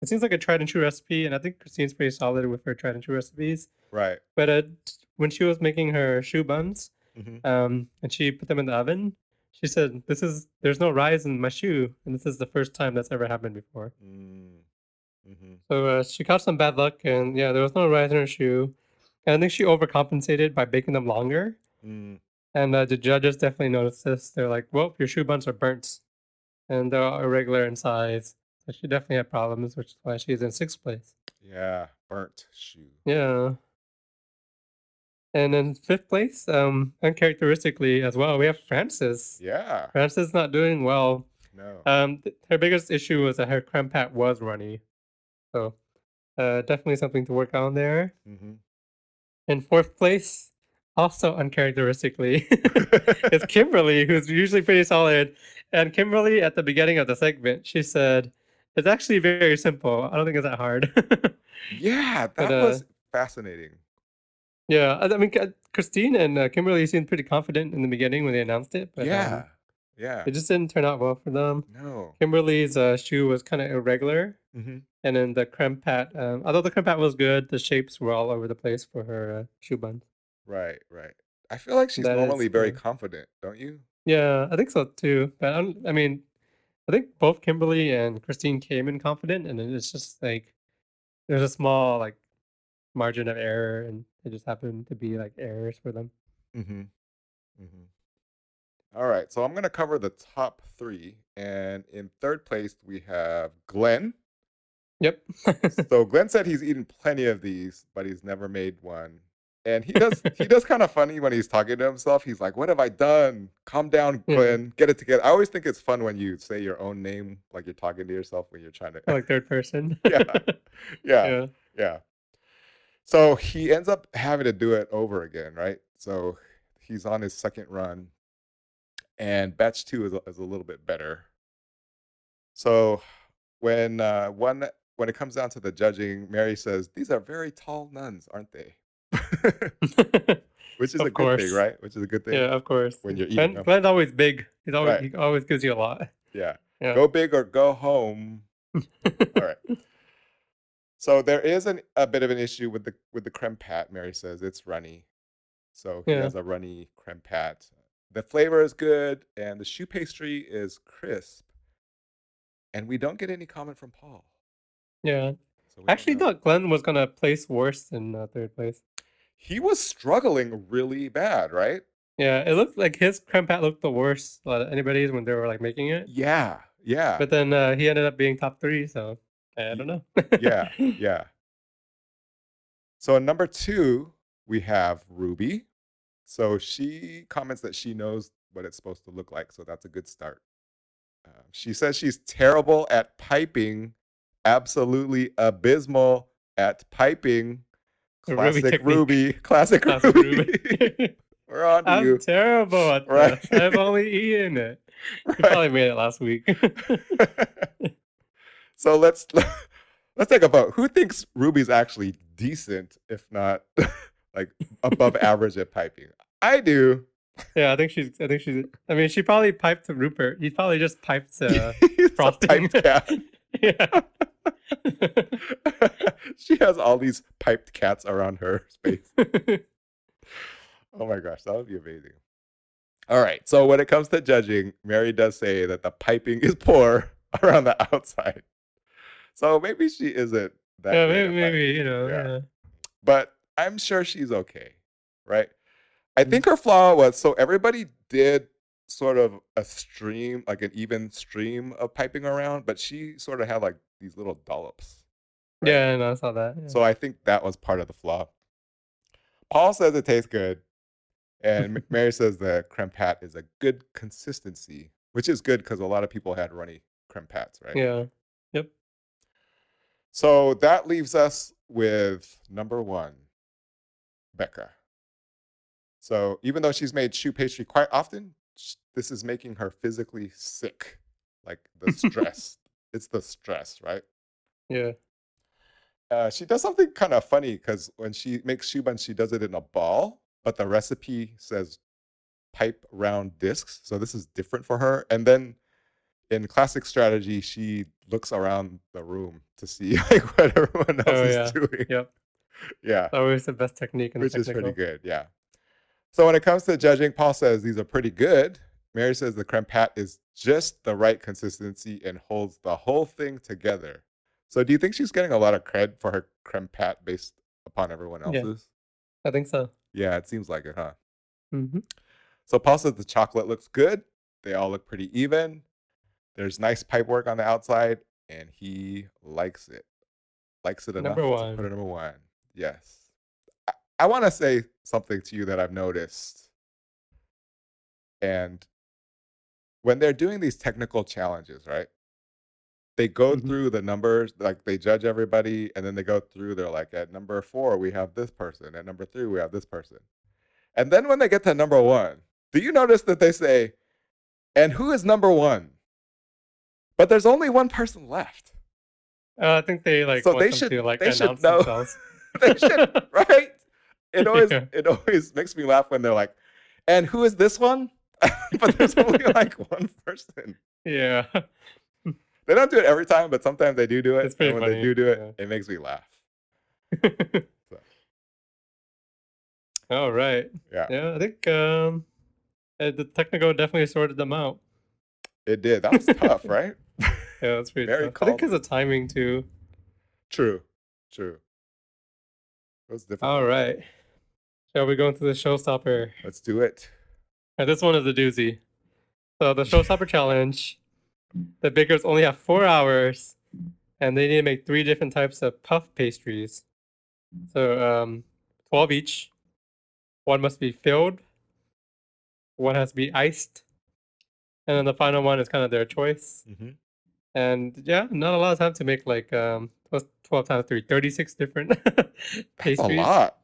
Speaker 2: it seems like a tried and true recipe, and I think Christine's pretty solid with her tried and true recipes.
Speaker 1: Right.
Speaker 2: But uh, t- when she was making her shoe buns,
Speaker 1: hmm
Speaker 2: um, and she put them in the oven, she said, "This is there's no rise in my shoe, and this is the first time that's ever happened before."
Speaker 1: Mm-hmm.
Speaker 2: So uh, she caught some bad luck, and yeah, there was no rise in her shoe. And I think she overcompensated by baking them longer,
Speaker 1: Mm.
Speaker 2: and uh, the judges definitely noticed this. They're like, "Well, your shoe buns are burnt, and they're irregular in size." So she definitely had problems, which is why she's in sixth place.
Speaker 1: Yeah. Burnt shoe.
Speaker 2: Yeah. And then fifth place, um, uncharacteristically as well, we have Frances.
Speaker 1: Yeah.
Speaker 2: Frances not doing well.
Speaker 1: No.
Speaker 2: Um, th- her biggest issue was that her crumb pat was runny, so uh, definitely something to work on there.
Speaker 1: hmm
Speaker 2: In fourth place, also uncharacteristically, it's Kimberly, who's usually pretty solid. And Kimberly, at the beginning of the segment, she said, "It's actually very simple. I don't think it's that hard."
Speaker 1: yeah, that
Speaker 2: But, uh,
Speaker 1: was fascinating.
Speaker 2: Yeah, I I mean, Ca- Christine and uh, Kimberly seemed pretty confident in the beginning when they announced it, but um,
Speaker 1: yeah. yeah.
Speaker 2: it just didn't turn out well for them.
Speaker 1: No.
Speaker 2: Kimberly's uh, shoe was kind of irregular,
Speaker 1: hmm
Speaker 2: and then the creme pat, um, although the creme pat was good, the shapes were all over the place for her uh, shoe bun.
Speaker 1: Right. Right. I feel like she's
Speaker 2: That is,
Speaker 1: normally very
Speaker 2: yeah.
Speaker 1: confident, don't you?
Speaker 2: Yeah, I think so too. But I, don't, I mean, I think both Kimberly and Christine came in confident, and then it's just like there's a small like margin of error, and it just happened to be like errors for them.
Speaker 1: Mm-hmm. Mm-hmm. All right. So I'm going to cover the top three, and in third place we have Glenn.
Speaker 2: Yep.
Speaker 1: so Glenn said he's eaten plenty of these, but he's never made one. And he does he does kind of funny when he's talking to himself. He's like, "What have I done? Calm down,
Speaker 2: Yeah.
Speaker 1: Glenn. Get it together." I always think it's fun when you say your own name, like you're talking to yourself when you're trying to.
Speaker 2: like third person.
Speaker 1: Yeah. yeah,
Speaker 2: yeah.
Speaker 1: yeah. So he ends up having to do it over again, right? So he's on his second run, and batch two is a, is a little bit better. So when uh, one when it comes down to the judging, Mary says these are very tall nuns, aren't they? Which is
Speaker 2: Of
Speaker 1: a good
Speaker 2: course.
Speaker 1: thing, right? Which is a good thing.
Speaker 2: yeah, of course.
Speaker 1: when you're eating
Speaker 2: Glenn,
Speaker 1: them.
Speaker 2: Glenn's always big. He's always
Speaker 1: Right.
Speaker 2: he always gives you a lot.
Speaker 1: Yeah.
Speaker 2: Yeah.
Speaker 1: Go big or go home. All right. So there is an, a bit of an issue with the with the creme pat. Mary says it's runny, so he
Speaker 2: Yeah.
Speaker 1: has a runny creme pat. The flavor is good, and the shoe pastry is crisp. And we don't get any comment from Paul.
Speaker 2: Yeah.
Speaker 1: So we
Speaker 2: I
Speaker 1: don't
Speaker 2: actually
Speaker 1: know.
Speaker 2: thought Glenn was gonna place worse than uh, third place.
Speaker 1: he was struggling really bad, right?
Speaker 2: Yeah, it looked like his creme pat looked the worst out of anybody's when they were like making it.
Speaker 1: Yeah, yeah,
Speaker 2: But then uh, he ended up being top three, so I don't know.
Speaker 1: yeah, yeah. So in number two, we have Ruby. So she comments that she knows what it's supposed to look like. So that's a good start. Um, she says she's terrible at piping, absolutely abysmal at piping.
Speaker 2: The Ruby
Speaker 1: Classic
Speaker 2: technique.
Speaker 1: Ruby. Classic,
Speaker 2: Classic
Speaker 1: Ruby.
Speaker 2: Ruby. Um
Speaker 1: We're on to
Speaker 2: I'm
Speaker 1: you.
Speaker 2: terrible at
Speaker 1: Right.
Speaker 2: this. I've only eaten it. You
Speaker 1: Right.
Speaker 2: probably made it last week.
Speaker 1: so let's let's take a vote. Who thinks Ruby's actually decent, if not like above average at piping? I do.
Speaker 2: yeah, I think she's. I think she's. I mean, she probably piped to Rupert. He probably just piped to.
Speaker 1: He's a
Speaker 2: frosting.
Speaker 1: typecast.
Speaker 2: yeah.
Speaker 1: she has all these piped cats around her space. Oh my gosh, that would be amazing. All right. So when it comes to judging, Mary does say that the piping is poor around the outside. So maybe she isn't that.
Speaker 2: yeah,
Speaker 1: great at
Speaker 2: maybe,
Speaker 1: piping.
Speaker 2: maybe you know.
Speaker 1: Yeah.
Speaker 2: Yeah.
Speaker 1: but I'm sure she's okay, right? I
Speaker 2: Mm-hmm.
Speaker 1: think her flaw was so everybody did sort of a stream, like an even stream of piping around, but she sort of had like these little dollops. Right.
Speaker 2: Yeah, no, I saw that. yeah.
Speaker 1: So I think that was part of the flaw. Paul says it tastes good, and M- Mary says the creme pat is a good consistency, which is good because a lot of people had runny creme pats, right?
Speaker 2: yeah.
Speaker 1: So that leaves us with number one, Becca. So even though she's made shoe pastry quite often, sh- this is making her physically sick. Like the stress. it's the stress, right?
Speaker 2: Yeah.
Speaker 1: Uh, she does something kind of funny because when she makes shoe buns, she does it in a ball, but the recipe says pipe round discs. So this is different for her. And then in classic strategy, she looks around the room to see like what everyone else
Speaker 2: Oh,
Speaker 1: is
Speaker 2: yeah.
Speaker 1: doing.
Speaker 2: Yep.
Speaker 1: Yeah,
Speaker 2: Always the best technique and
Speaker 1: which is
Speaker 2: technical.
Speaker 1: pretty good. Yeah. So when it comes to judging, Paul says these are pretty good. Mary says the creme pat is just the right consistency and holds the whole thing together. So do you think she's getting a lot of cred for her creme pat based upon everyone
Speaker 2: Yeah.
Speaker 1: else's?
Speaker 2: I think so.
Speaker 1: Yeah, it seems like it, huh?
Speaker 2: hmm
Speaker 1: So Paul says the chocolate looks good. They all look pretty even. There's nice pipe work on the outside, and he likes it. Likes it enough
Speaker 2: Number
Speaker 1: to
Speaker 2: one.
Speaker 1: put it number one. Yes. I, I want to say something to you that I've noticed. And when they're doing these technical challenges, right? They go
Speaker 2: Mhm.
Speaker 1: through the numbers, like they judge everybody, and then they go through, they're like, at number four, we have this person. At number three, we have this person. And then when they get to number one, do you notice that they say, and who is number one? But there's only one person left.
Speaker 2: Uh, I think they like.
Speaker 1: So
Speaker 2: want
Speaker 1: they
Speaker 2: them
Speaker 1: should-
Speaker 2: to, like,
Speaker 1: they should
Speaker 2: announce
Speaker 1: know.
Speaker 2: Themselves.
Speaker 1: they should, right? It always
Speaker 2: Yeah.
Speaker 1: it always makes me laugh when they're like, and who is this one? but there's only like one person.
Speaker 2: yeah.
Speaker 1: They don't do it every time, but sometimes they do do it.
Speaker 2: It's pretty
Speaker 1: and when they
Speaker 2: funny,
Speaker 1: do do it, it makes me laugh.
Speaker 2: All right.
Speaker 1: Yeah.
Speaker 2: Yeah, I think um, uh, the technical definitely sorted them out.
Speaker 1: It did. That was tough, right?
Speaker 2: Yeah, that's pretty.
Speaker 1: Very
Speaker 2: tough. I think
Speaker 1: calm.
Speaker 2: because of timing too.
Speaker 1: True. True. It was difficult.
Speaker 2: All right. Shall we go into the showstopper?
Speaker 1: Let's do it.
Speaker 2: Now, this one is a doozy. So the showstopper challenge, the bakers only have four hours, and they need to make three different types of puff pastries. So um, twelve each. One must be filled. One has to be iced, and then the final one is kind of their choice.
Speaker 1: Mm-hmm.
Speaker 2: And yeah, not a lot of time to make like um plus 12 times 3, 36 different
Speaker 1: That's a
Speaker 2: pastries.
Speaker 1: lot.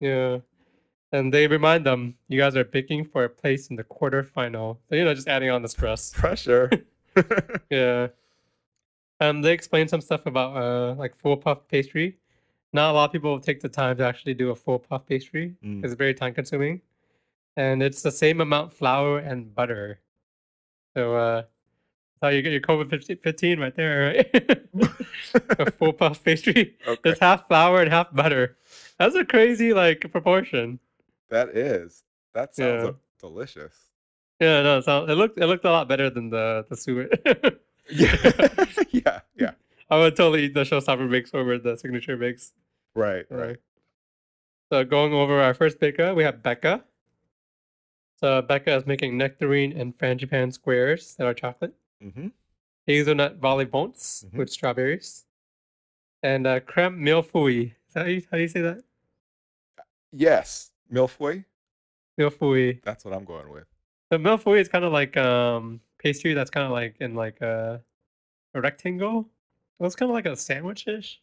Speaker 2: Yeah. And they remind them you guys are picking for a place in the quarterfinal. So you know, just adding on the stress.
Speaker 1: Pressure.
Speaker 2: Yeah. Um they explain some stuff about uh like full puff pastry. Not a lot of people take the time to actually do a full puff pastry.
Speaker 1: Mm.
Speaker 2: It's very time consuming. And it's the same amount flour and butter. So uh that's how you get your COVID 15 right there, right? a full puff pastry.
Speaker 1: Okay.
Speaker 2: It's half flour and half butter. That's a crazy like proportion.
Speaker 1: That is. That sounds
Speaker 2: Yeah.
Speaker 1: uh, delicious.
Speaker 2: Yeah, no, it, sound, it looked it looked a lot better than the the suet.
Speaker 1: Yeah. yeah. Yeah.
Speaker 2: I would totally eat the showstopper mix over the signature mix.
Speaker 1: Right. Right.
Speaker 2: Right. So going over our first baker, we have Becca. So Becca is making nectarine and frangipan squares that are chocolate,
Speaker 1: Mm-hmm.
Speaker 2: hazelnut volley bonts
Speaker 1: Mhm.
Speaker 2: with strawberries, and uh, creme milfoui. Is that how you, how do you say that?
Speaker 1: Yes. Milfoy.
Speaker 2: Milfoui.
Speaker 1: That's what I'm going with.
Speaker 2: The milfoy is kind of like um pastry that's kind of like in like a, a rectangle. Well, it's kind of like a sandwich ish.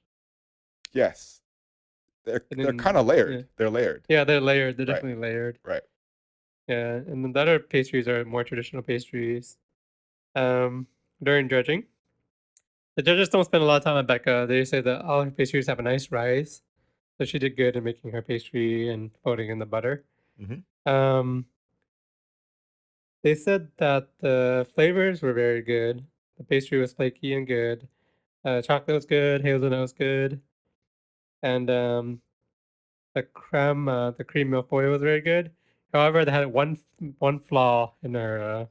Speaker 1: Yes. They're,
Speaker 2: And
Speaker 1: they're
Speaker 2: then-
Speaker 1: kind of layered.
Speaker 2: yeah.
Speaker 1: They're layered.
Speaker 2: Yeah, they're layered. They're
Speaker 1: Right.
Speaker 2: definitely layered.
Speaker 1: Right.
Speaker 2: Yeah, and then the other pastries are more traditional pastries. Um, during dredging, the judges don't spend a lot of time on Becca. They say that all her pastries have a nice rise, so she did good in making her pastry and floating in the butter.
Speaker 1: Mhm.
Speaker 2: Um, they said that the flavors were very good. The pastry was flaky and good. Uh, chocolate was good. Hazelnut was good. And um, the creme, uh, the cream milfoil was very good. However, they had one one flaw in their uh,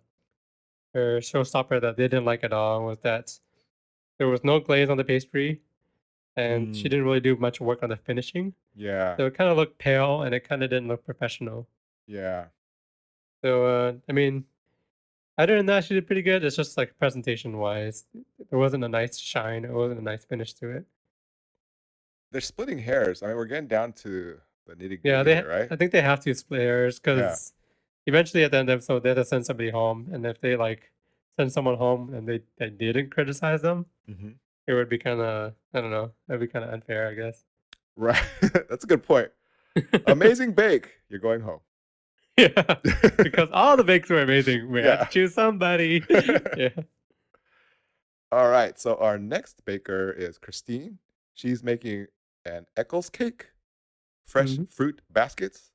Speaker 2: their showstopper that they didn't like at all was that there was no glaze on the pastry, and she
Speaker 1: Mm.
Speaker 2: didn't really do much work on the finishing.
Speaker 1: Yeah.
Speaker 2: So it kind of looked pale, and it kind of didn't look professional.
Speaker 1: Yeah.
Speaker 2: So uh, I mean, other than that, she did pretty good. It's just like presentation wise, there wasn't a nice shine. It wasn't a nice finish to it.
Speaker 1: They're splitting hairs. I mean, we're getting down to the nitty gritty,
Speaker 2: Yeah, they.
Speaker 1: here, right?
Speaker 2: I think they have to split hairs because eventually at the end of the episode they had to send somebody home, and if they like send someone home and they, they didn't criticize them,
Speaker 1: Mm-hmm.
Speaker 2: it would be kind of I don't know, it'd be kind of unfair, I guess.
Speaker 1: Right. That's a good point. Amazing bake. You're going home.
Speaker 2: yeah, because all the bakes were amazing. We had
Speaker 1: Yeah.
Speaker 2: to choose somebody. yeah,
Speaker 1: All right. So our next baker is Christine. She's making an Eccles cake, fresh
Speaker 2: Mhm.
Speaker 1: fruit baskets,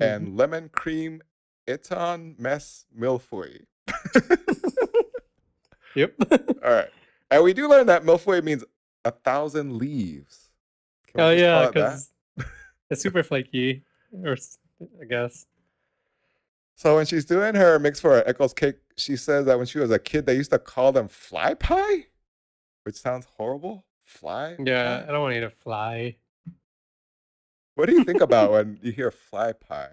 Speaker 2: Mhm.
Speaker 1: and lemon cream eton mess milfoy.
Speaker 2: yep.
Speaker 1: All right. And we do learn that milfoy means a thousand leaves. Can we just call
Speaker 2: oh yeah,
Speaker 1: it that?
Speaker 2: because it's super flaky, or s- I guess.
Speaker 1: So when she's doing her mix for her Eccles cake, she says that when she was a kid, they used to call them fly pie, which sounds horrible. Fly.
Speaker 2: Yeah,
Speaker 1: pie?
Speaker 2: I don't want to eat a fly.
Speaker 1: What do you think about when you hear fly pie?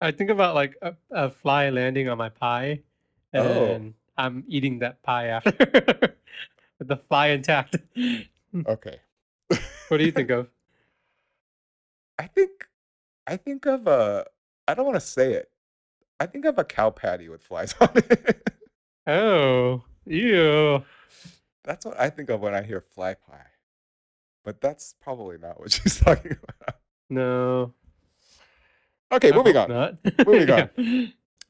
Speaker 2: I think about like a, a fly landing on my pie,
Speaker 1: Oh.
Speaker 2: and I'm eating that pie after with the fly intact.
Speaker 1: Okay.
Speaker 2: what do you think of?
Speaker 1: I think I think of a I don't want to say it. I think of a cow patty with flies on it.
Speaker 2: Oh, ew.
Speaker 1: that's what I think of when I hear fly pie. But that's probably not what she's talking about.
Speaker 2: No.
Speaker 1: Okay,
Speaker 2: I
Speaker 1: moving
Speaker 2: hope
Speaker 1: on.
Speaker 2: Not.
Speaker 1: Moving on.
Speaker 2: Yeah.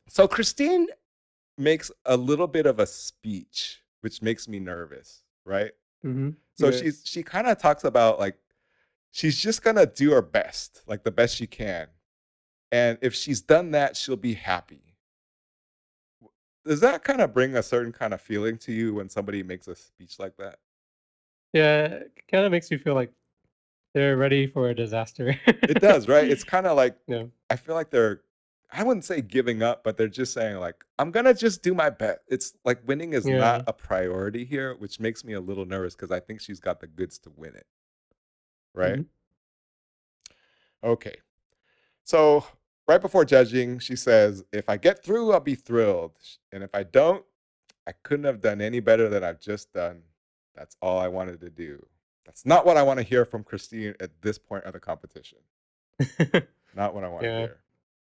Speaker 1: So Christine makes a little bit of a speech, which makes me nervous, right?
Speaker 2: Mhm.
Speaker 1: So
Speaker 2: Yeah.
Speaker 1: she's she kind of talks about like she's just gonna do her best, like the best she can, and if she's done that, she'll be happy. W- Does that kind of bring a certain kind of feeling to you when somebody makes a speech like that?
Speaker 2: Yeah, it kind of makes you feel like they're ready for a disaster.
Speaker 1: It does, right? It's kind of like
Speaker 2: Yeah.
Speaker 1: I feel like they're I wouldn't say giving up, but they're just saying like I'm gonna just do my best. It's like winning is
Speaker 2: Yeah.
Speaker 1: not a priority here, which makes me a little nervous because I think she's got the goods to win it, right?
Speaker 2: Mhm. Mm-hmm.
Speaker 1: Okay. So right before judging, she says, "If I get through, I'll be thrilled, Sh- and if I don't, I couldn't have done any better than I've just done. That's all I wanted to do. That's not what I want to hear from Christine at this point of the competition. Not what I want
Speaker 2: Yeah.
Speaker 1: to hear.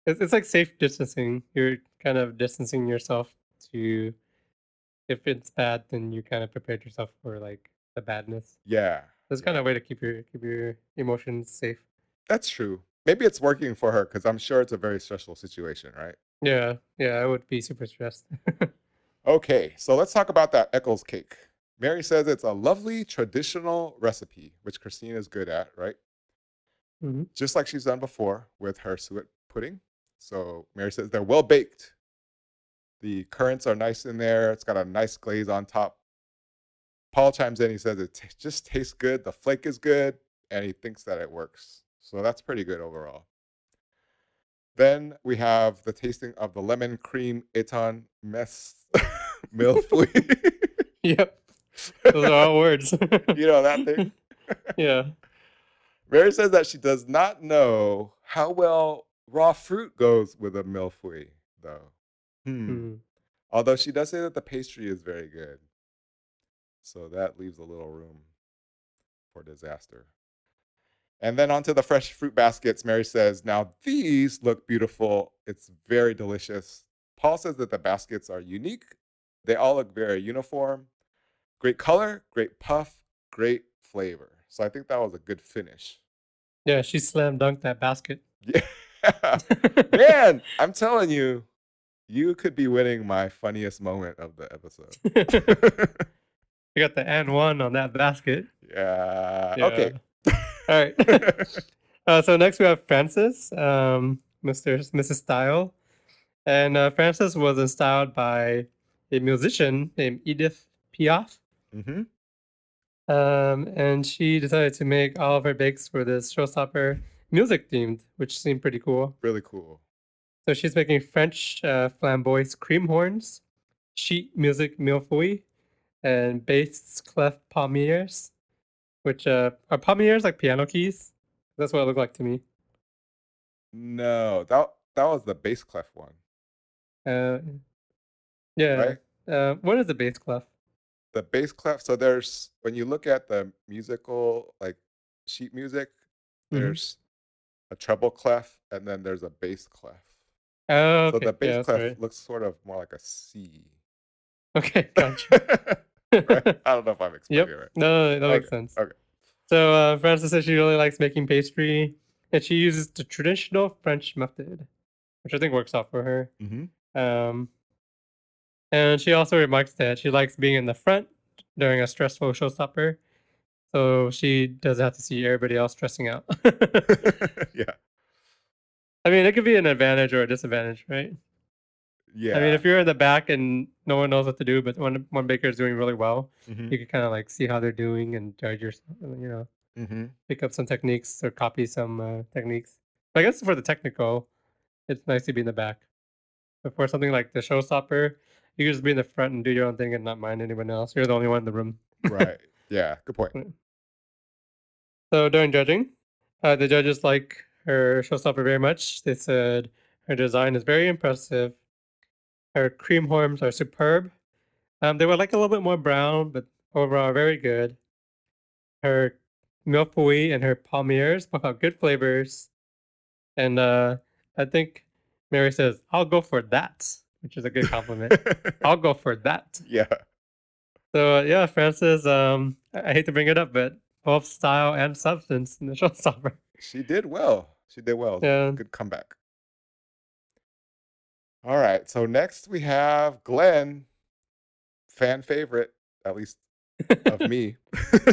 Speaker 2: It's, it's like safe distancing. You're kind of distancing yourself to if it's bad, then you kind of prepared yourself for like the badness.
Speaker 1: Yeah,
Speaker 2: That's kind of a way to keep your keep your emotions safe.
Speaker 1: that's true. Maybe it's working for her because I'm sure it's a very stressful situation, right?
Speaker 2: Yeah, yeah, I would be super stressed.
Speaker 1: Okay, so let's talk about that Eccles cake. Mary says it's a lovely traditional recipe, which Christine is good at, right?
Speaker 2: Mhm.
Speaker 1: Just like she's done before with her suet pudding. So Mary says they're well baked. The currants are nice in there. It's got a nice glaze on top. Paul chimes in. He says it t- just tastes good. The flake is good, and he thinks that it works. So that's pretty good overall. Then we have the tasting of the lemon cream eton mess milfoy.
Speaker 2: yep, those are all words.
Speaker 1: you know that thing.
Speaker 2: yeah,
Speaker 1: Mary says that she does not know how well raw fruit goes with a milfoy, though. Hmm.
Speaker 2: Mm.
Speaker 1: Although she does say that the pastry is very good. So that leaves a little room for disaster. And then onto the fresh fruit baskets, Mary says, Now these look beautiful. It's very delicious. Paul says that the baskets are unique. They all look very uniform. Great color, great puff, great flavor. So I think that was a good finish
Speaker 2: Yeah, she slam dunked that basket.
Speaker 1: Yeah. Man, I'm telling you, you could be winning my funniest moment of the episode.
Speaker 2: I got the and one on that basket.
Speaker 1: yeah.
Speaker 2: Yeah.
Speaker 1: Uh, Okay.
Speaker 2: All right. Uh, so next we have Francis, um, Mr. S- Mrs. Style, and uh, Francis was inspired by a musician named Edith Piaf,
Speaker 1: hmm
Speaker 2: um, and she decided to make all of her bakes for this showstopper music themed, which seemed pretty cool.
Speaker 1: Really cool.
Speaker 2: So she's making French uh, flamboyant cream horns, sheet music millefeuille, and bass clef palmiers, which uh, are palmiers like piano keys. That's what it looked like to me.
Speaker 1: No, that that was the bass clef one,
Speaker 2: Uh, yeah.
Speaker 1: right?
Speaker 2: Uh, what is a bass clef?
Speaker 1: The bass clef. So there's when you look at the musical like sheet music,
Speaker 2: Mhm.
Speaker 1: there's a treble clef and then there's a bass clef.
Speaker 2: Oh, okay.
Speaker 1: So the bass
Speaker 2: yeah, that's
Speaker 1: clef
Speaker 2: right.
Speaker 1: looks sort of more like a C.
Speaker 2: Okay, gotcha.
Speaker 1: right? I don't know if I'm explaining it right.
Speaker 2: No, no, that
Speaker 1: Okay,
Speaker 2: makes sense.
Speaker 1: okay.
Speaker 2: So uh, Frances says she really likes making pastry, and she uses the traditional French method, which I think works out for her.
Speaker 1: Mm-hmm.
Speaker 2: Um, and she also remarks that she likes being in the front during a stressful showstopper, so she doesn't have to see everybody else stressing out.
Speaker 1: yeah.
Speaker 2: I mean, it could be an advantage or a disadvantage, right?
Speaker 1: Yeah.
Speaker 2: I mean, if you're in the back and no one knows what to do, but one one baker is doing really well,
Speaker 1: Mhm,
Speaker 2: you can kind of like see how they're doing and judge your, you know,
Speaker 1: mhm.
Speaker 2: pick up some techniques or copy some uh, techniques. But I guess for the technical, it's nice to be in the back. But for something like the showstopper, you can just be in the front and do your own thing and not mind anyone else. You're the only one in the room.
Speaker 1: right. Yeah. Good point.
Speaker 2: So during judging, uh, the judges like her showstopper very much. They said her design is very impressive. Her cream horns are superb. Um, they were like a little bit more brown, but overall very good. Her milfoy and her palmiers both have good flavors, and uh, I think Mary says, "I'll go for that," which is a good compliment. I'll go for that.
Speaker 1: yeah.
Speaker 2: So uh, yeah, Francis. Um, I I hate to bring it up, but both style and substance in the showstopper.
Speaker 1: She did well. She did well.
Speaker 2: Yeah.
Speaker 1: Good comeback. All right. So next we have Glenn, fan favorite, at least of me.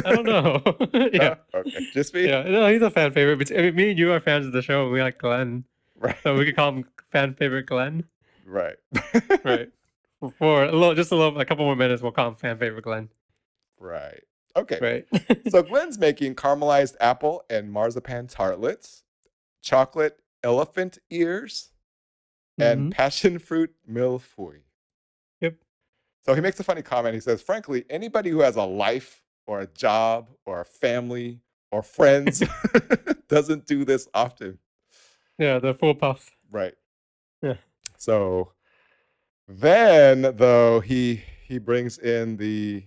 Speaker 2: I don't know. yeah,
Speaker 1: Oh, okay. Just me?
Speaker 2: yeah. No, he's a fan favorite. But I mean, me and you are fans of the show, and we like Glenn,
Speaker 1: Right.
Speaker 2: so we could call him fan favorite Glenn.
Speaker 1: Right.
Speaker 2: Right. For a little, just a little, a couple more minutes, we'll call him fan favorite Glenn.
Speaker 1: Right. Okay.
Speaker 2: Right.
Speaker 1: So Glenn's making caramelized apple and marzipan tartlets, chocolate elephant ears, and Mm-hmm.
Speaker 2: Mhm.
Speaker 1: passion fruit millefeuille.
Speaker 2: Yep.
Speaker 1: So he makes a funny comment. He says, frankly, anybody who has a life or a job or a family or friends doesn't do this often.
Speaker 2: yeah, the full puff.
Speaker 1: Right.
Speaker 2: Yeah.
Speaker 1: So then though he he brings in the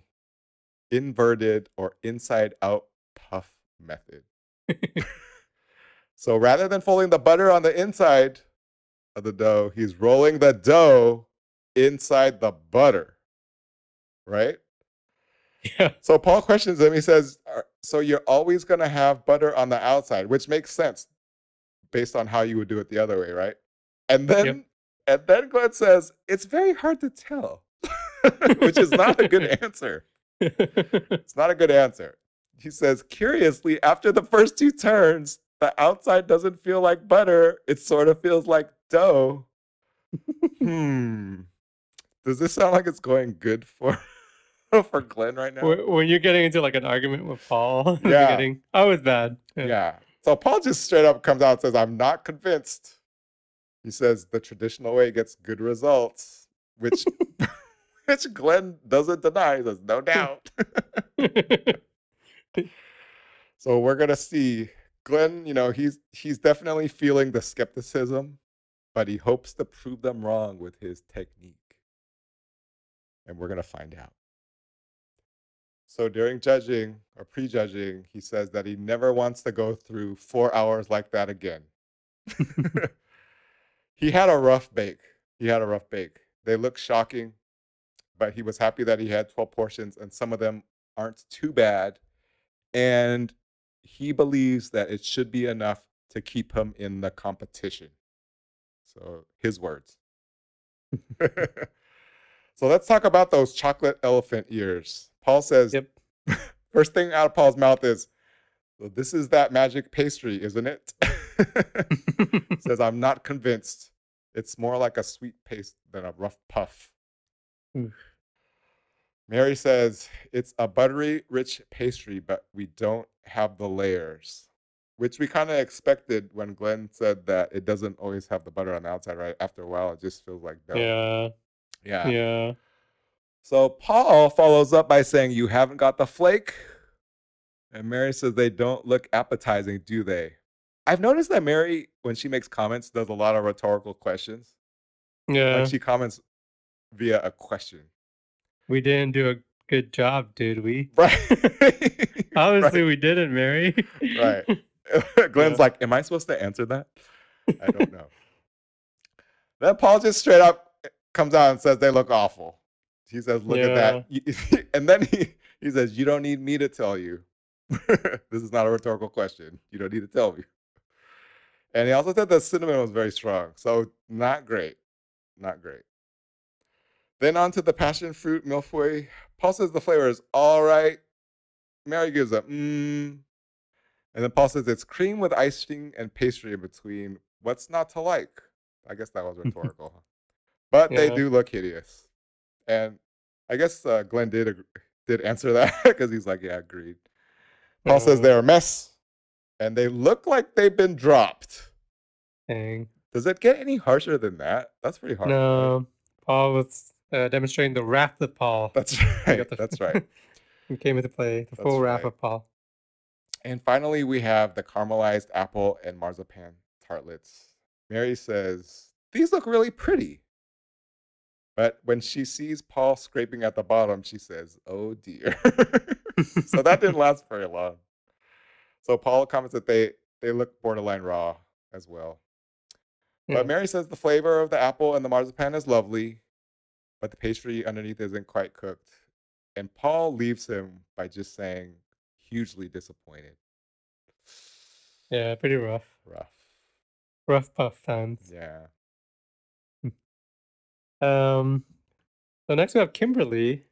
Speaker 1: inverted or inside out puff method. so rather than folding the butter on the inside of the dough, he's rolling the dough inside the butter. Right?
Speaker 2: Yeah.
Speaker 1: So Paul questions him. He says, "Are- "So you're always going to have butter on the outside, which makes sense based on how you would do it the other way, right?" And then and then Glenn says, "It's very hard to tell." which is not a good answer. It's not a good answer. He says, "Curiously, after the first two turns, the outside doesn't feel like butter. It sort of feels like dough." hmm. Does this sound like it's going good for for Glenn right now?
Speaker 2: When when you're getting into like an argument with Paul, at the
Speaker 1: Yeah.
Speaker 2: beginning, I was bad.
Speaker 1: Yeah. So Paul just straight up comes out and says, I'm not convinced. He says the traditional way gets good results, which which Glenn doesn't deny. He says, no doubt. so we're gonna see. Glenn, you know, he's he's definitely feeling the skepticism, but he hopes to prove them wrong with his technique. And we're gonna find out. So during judging or prejudging, he says that he never wants to go through four hours like that again. he had a rough bake. He had a rough bake. They look shocking, but he was happy that he had 12 portions and some of them aren't too bad. And he believes that it should be enough to keep him in the competition. So his words. so let's talk about those chocolate elephant ears. Paul says
Speaker 2: Yep.
Speaker 1: first thing out of Paul's mouth is, "Well, "This is that magic pastry, isn't it?" says I'm not convinced. It's more like a sweet paste than a rough puff.
Speaker 2: Oof.
Speaker 1: Mary says it's a buttery, rich pastry, but we don't have the layers, which we kind of expected when Glenn said that it doesn't always have the butter on the outside, right? After a while, it just feels like dough.
Speaker 2: yeah.
Speaker 1: Yeah.
Speaker 2: Yeah.
Speaker 1: So Paul follows up by saying, You haven't got the flake. And Mary says, They don't look appetizing, do they? I've noticed that Mary, when she makes comments, does a lot of rhetorical questions.
Speaker 2: Yeah.
Speaker 1: Like she comments via a question.
Speaker 2: we didn't do a good job, did we?
Speaker 1: Right.
Speaker 2: Obviously, we didn't, Mary.
Speaker 1: Right. Glenn's
Speaker 2: Yeah.
Speaker 1: like, Am I supposed to answer that? I don't know. then Paul just straight up eh, comes out and says, They look awful. He says, Look at that. and then he, he says, You don't need me to tell you. this is not a rhetorical question. You don't need to tell me. And he also said the cinnamon was very strong. So, not great. Not great. Then on to the passion fruit milfoy. Paul says the flavor is all right. Mary gives a mmm. And then Paul says it's cream with icing and pastry in between. What's not to like? I guess that was rhetorical. huh? but they
Speaker 2: Yeah.
Speaker 1: do look hideous. And I guess uh, Glenn did ag- did answer that because he's like, yeah, agreed. Paul says
Speaker 2: Uh,
Speaker 1: they're a mess and they look like they've been dropped.
Speaker 2: Dang.
Speaker 1: Does it get any harsher than that? That's pretty harsh. right?
Speaker 2: No. Paul was uh, demonstrating the wrath of Paul.
Speaker 1: That's
Speaker 2: He
Speaker 1: right.
Speaker 2: got the-
Speaker 1: That's right.
Speaker 2: he came into play, the
Speaker 1: That's
Speaker 2: full wrath
Speaker 1: right.
Speaker 2: of Paul.
Speaker 1: And finally, we have the caramelized apple and marzipan tartlets. Mary says, These look really pretty. But when she sees Paul scraping at the bottom, she says, Oh dear. so that didn't last very long. So Paul comments that they, they look borderline raw as well.
Speaker 2: Yeah.
Speaker 1: But Mary says the flavor of the apple and the marzipan is lovely, but the pastry underneath isn't quite cooked. And Paul leaves him by just saying, hugely disappointed.
Speaker 2: Yeah, pretty rough.
Speaker 1: Rough.
Speaker 2: Rough puff times.
Speaker 1: Yeah.
Speaker 2: Um, so next we have Kimberly.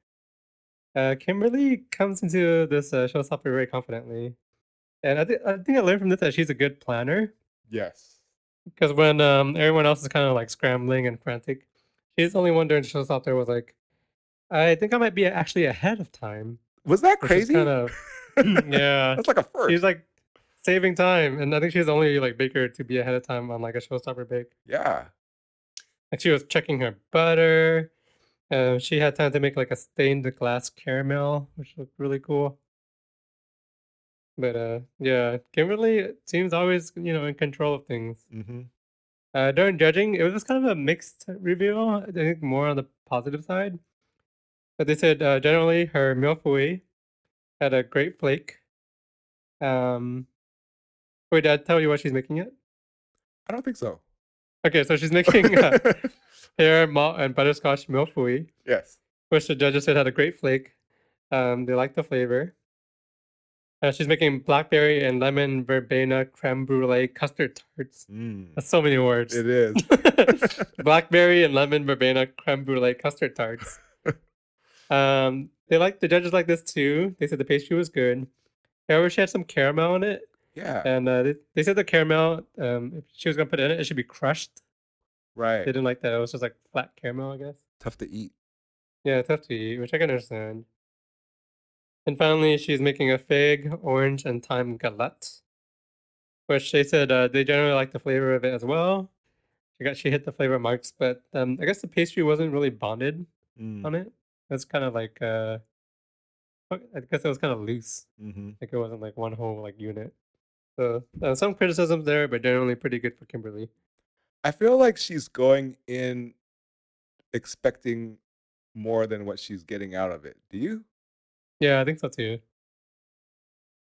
Speaker 2: Uh, Kimberly comes into this uh, showstopper very confidently, and I think I think I learned from this that she's a good planner
Speaker 1: Yes.
Speaker 2: because when um everyone else is kind of like scrambling and frantic, she's the only one during the showstopper who was like, I think I might be actually ahead of time.
Speaker 1: Was that
Speaker 2: which is
Speaker 1: crazy?
Speaker 2: Kind of, yeah.
Speaker 1: That's like a first.
Speaker 2: She's like saving time, and I think she's the only like baker to be ahead of time on like a showstopper bake.
Speaker 1: yeah.
Speaker 2: Like she was checking her butter. Uh, she had time to make like a stained glass caramel, which looked really cool. But uh, yeah, Kimberly seems always you know in control of things.
Speaker 1: Mm-hmm.
Speaker 2: Uh, during judging, it was just kind of a mixed review. I think more on the positive side. But they said uh, generally her milfoy had a great flake. Um, wait, did I tell you what she's making it?
Speaker 1: I don't think so.
Speaker 2: Okay, so she's making uh, pear, malt, and butterscotch milfoy.
Speaker 1: yes.
Speaker 2: which the judges said had a great flake. Um, they liked the flavor. Uh, she's making blackberry and lemon verbena creme brulee custard tarts.
Speaker 1: Mm.
Speaker 2: That's so many words.
Speaker 1: It is.
Speaker 2: blackberry and lemon verbena creme brulee custard tarts. um, they liked the judges liked this too. They said the pastry was good. However, she had some caramel in it,
Speaker 1: Yeah.
Speaker 2: and uh, they, they said the caramel, um, if she was gonna put it in it, it should be crushed. They
Speaker 1: Right.
Speaker 2: didn't like that. It was just like flat caramel, I guess.
Speaker 1: Tough to eat.
Speaker 2: Yeah, tough to eat, which I can understand. And finally, she's making a fig, orange, and thyme galette, which they said uh, they generally like the flavor of it as well. She got she hit the flavor marks, but um, I guess the pastry wasn't really bonded
Speaker 1: Mm.
Speaker 2: on it. It was kind of like uh, what- I guess it was kind of loose.
Speaker 1: Mm-hmm.
Speaker 2: Like it wasn't like one whole like unit. So uh, some criticisms there, but generally pretty good for Kimberly.
Speaker 1: I feel like she's going in expecting more than what she's getting out of it. Do you?
Speaker 2: Yeah, I think so too.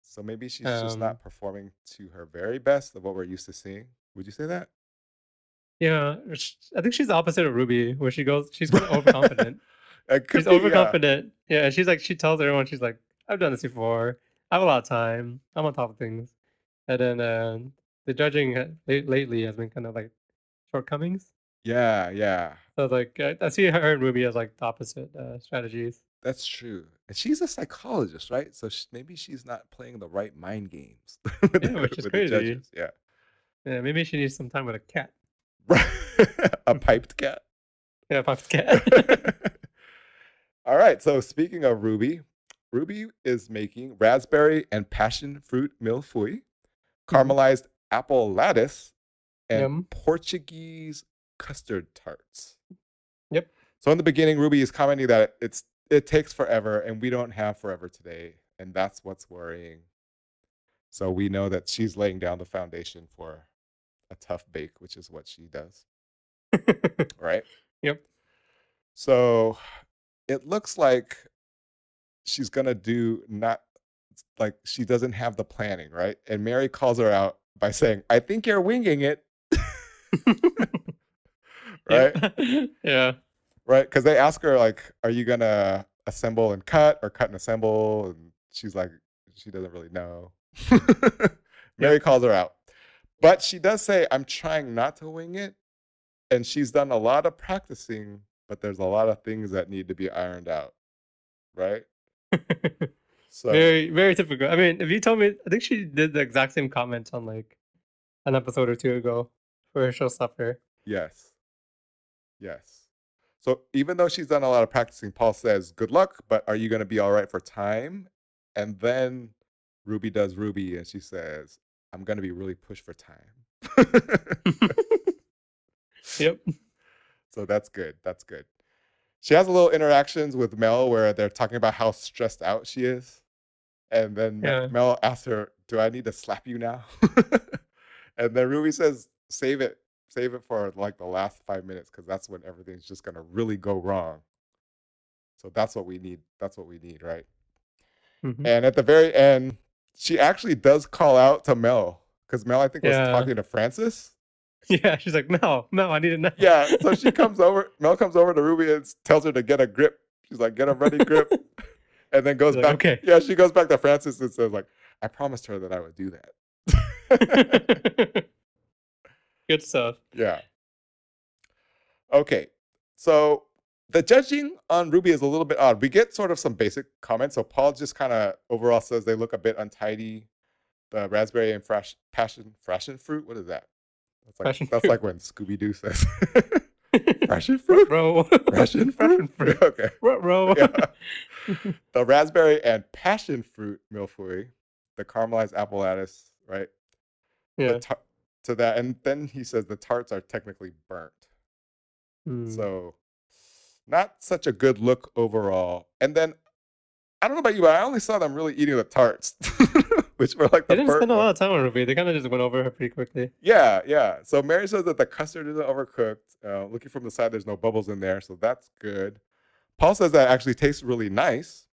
Speaker 1: So maybe she's just
Speaker 2: Um,
Speaker 1: not performing to her very best of what we're used to seeing. Would you say that?
Speaker 2: Yeah, sh- I think she's the opposite of Ruby, where she goes, she's kind of overconfident.
Speaker 1: It could
Speaker 2: she's
Speaker 1: be, yeah.
Speaker 2: overconfident. Yeah. she's like she tells everyone she's like, I've done this before. I have a lot of time. I'm on top of things. And then uh, the judging ha- late- lately has been kind of like shortcomings.
Speaker 1: Yeah, yeah.
Speaker 2: So like I, I see her and Ruby as like the opposite uh, strategies.
Speaker 1: That's true. And she's a psychologist, right? So sh maybe she's not playing the right mind games. with
Speaker 2: Yeah,
Speaker 1: the-
Speaker 2: which is
Speaker 1: with the
Speaker 2: crazy.
Speaker 1: judges. Yeah.
Speaker 2: Yeah, maybe she needs some time with a cat.
Speaker 1: Right. a piped cat.
Speaker 2: Yeah, if I have a cat.
Speaker 1: All right. So speaking of Ruby, Ruby is making raspberry and passion fruit milfoy, caramelized apple lattice, and
Speaker 2: Mm-hmm. Yum.
Speaker 1: Portuguese custard tarts.
Speaker 2: Yep.
Speaker 1: So in the beginning, Ruby is commenting that it's it takes forever, and we don't have forever today, and that's what's worrying. So we know that she's laying down the foundation for a tough bake, which is what she does, right?
Speaker 2: Yep.
Speaker 1: So it looks like she's gonna do not like she doesn't have the planning, right? And Mary calls her out by saying, "I think you're winging it," right?
Speaker 2: Yeah. yeah.
Speaker 1: Right? Because they ask her like, "Are you gonna assemble and cut, or cut and assemble?" And she's like, she doesn't really know. Mary calls her out, but she does say, "I'm trying not to wing it," and she's done a lot of practicing, but there's a lot of things that need to be ironed out, right? So
Speaker 2: very very typical. I mean, if you told me, I think she did the exact same comment on like an episode or two ago for her showstopper.
Speaker 1: Yes. Yes. So even though she's done a lot of practicing, Paul says, Good luck, but are you going to be all right for time? And then Ruby does Ruby and she says, I'm going to be really pushed for time.
Speaker 2: Yep.
Speaker 1: so that's good. That's good. She has a little interactions with Mel where they're talking about how stressed out she is. And then Me-
Speaker 2: Yeah.
Speaker 1: Mel asks her, Do I need to slap you now? and then Ruby says, Save it. Save it for like the last five minutes because that's when everything's just going to really go wrong. So that's what we need. That's what we need, right?
Speaker 2: Mhm.
Speaker 1: And at the very end, she actually does call out to Mel because Mel, I think, was
Speaker 2: Yeah.
Speaker 1: talking to Francis.
Speaker 2: Yeah. She's like, no, no, I need it now.
Speaker 1: Yeah. So she comes over, Mel comes over to Ruby and s- tells her to get a grip. She's like, get a ready grip. And then goes
Speaker 2: Like,
Speaker 1: back.
Speaker 2: "Okay."
Speaker 1: Yeah, she goes back to Francis and says, like, I promised her that I would do that.
Speaker 2: Good stuff.
Speaker 1: yeah. Okay. So the judging on Ruby is a little bit odd. We get sort of some basic comments. So Paul just kind of overall says they look a bit untidy. The raspberry and fresh passion, passion fruit. What is that? That's like
Speaker 2: Passion
Speaker 1: that's
Speaker 2: fruit.
Speaker 1: like when Scooby Doo says passion fruit.
Speaker 2: Bro.
Speaker 1: Russian
Speaker 2: Russian
Speaker 1: fruit. okay.
Speaker 2: Bro.
Speaker 1: Yeah. the raspberry and passion fruit milfoy, the caramelized apple lattice, right? The
Speaker 2: Yeah.
Speaker 1: tar- to that, and then he says the tarts are technically burnt, Hmm.
Speaker 2: Mm.
Speaker 1: so not such a good look overall. And then I don't know about you, but I only saw them really eating the tarts, which were like
Speaker 2: They
Speaker 1: the
Speaker 2: didn't
Speaker 1: burnt
Speaker 2: spend a
Speaker 1: ones.
Speaker 2: lot of time on Ruby. They kind of just went over her pretty quickly.
Speaker 1: Yeah, yeah. So Mary says that the custard isn't overcooked. Uh, looking from the side, there's no bubbles in there, so that's good. Paul says that actually tastes really nice.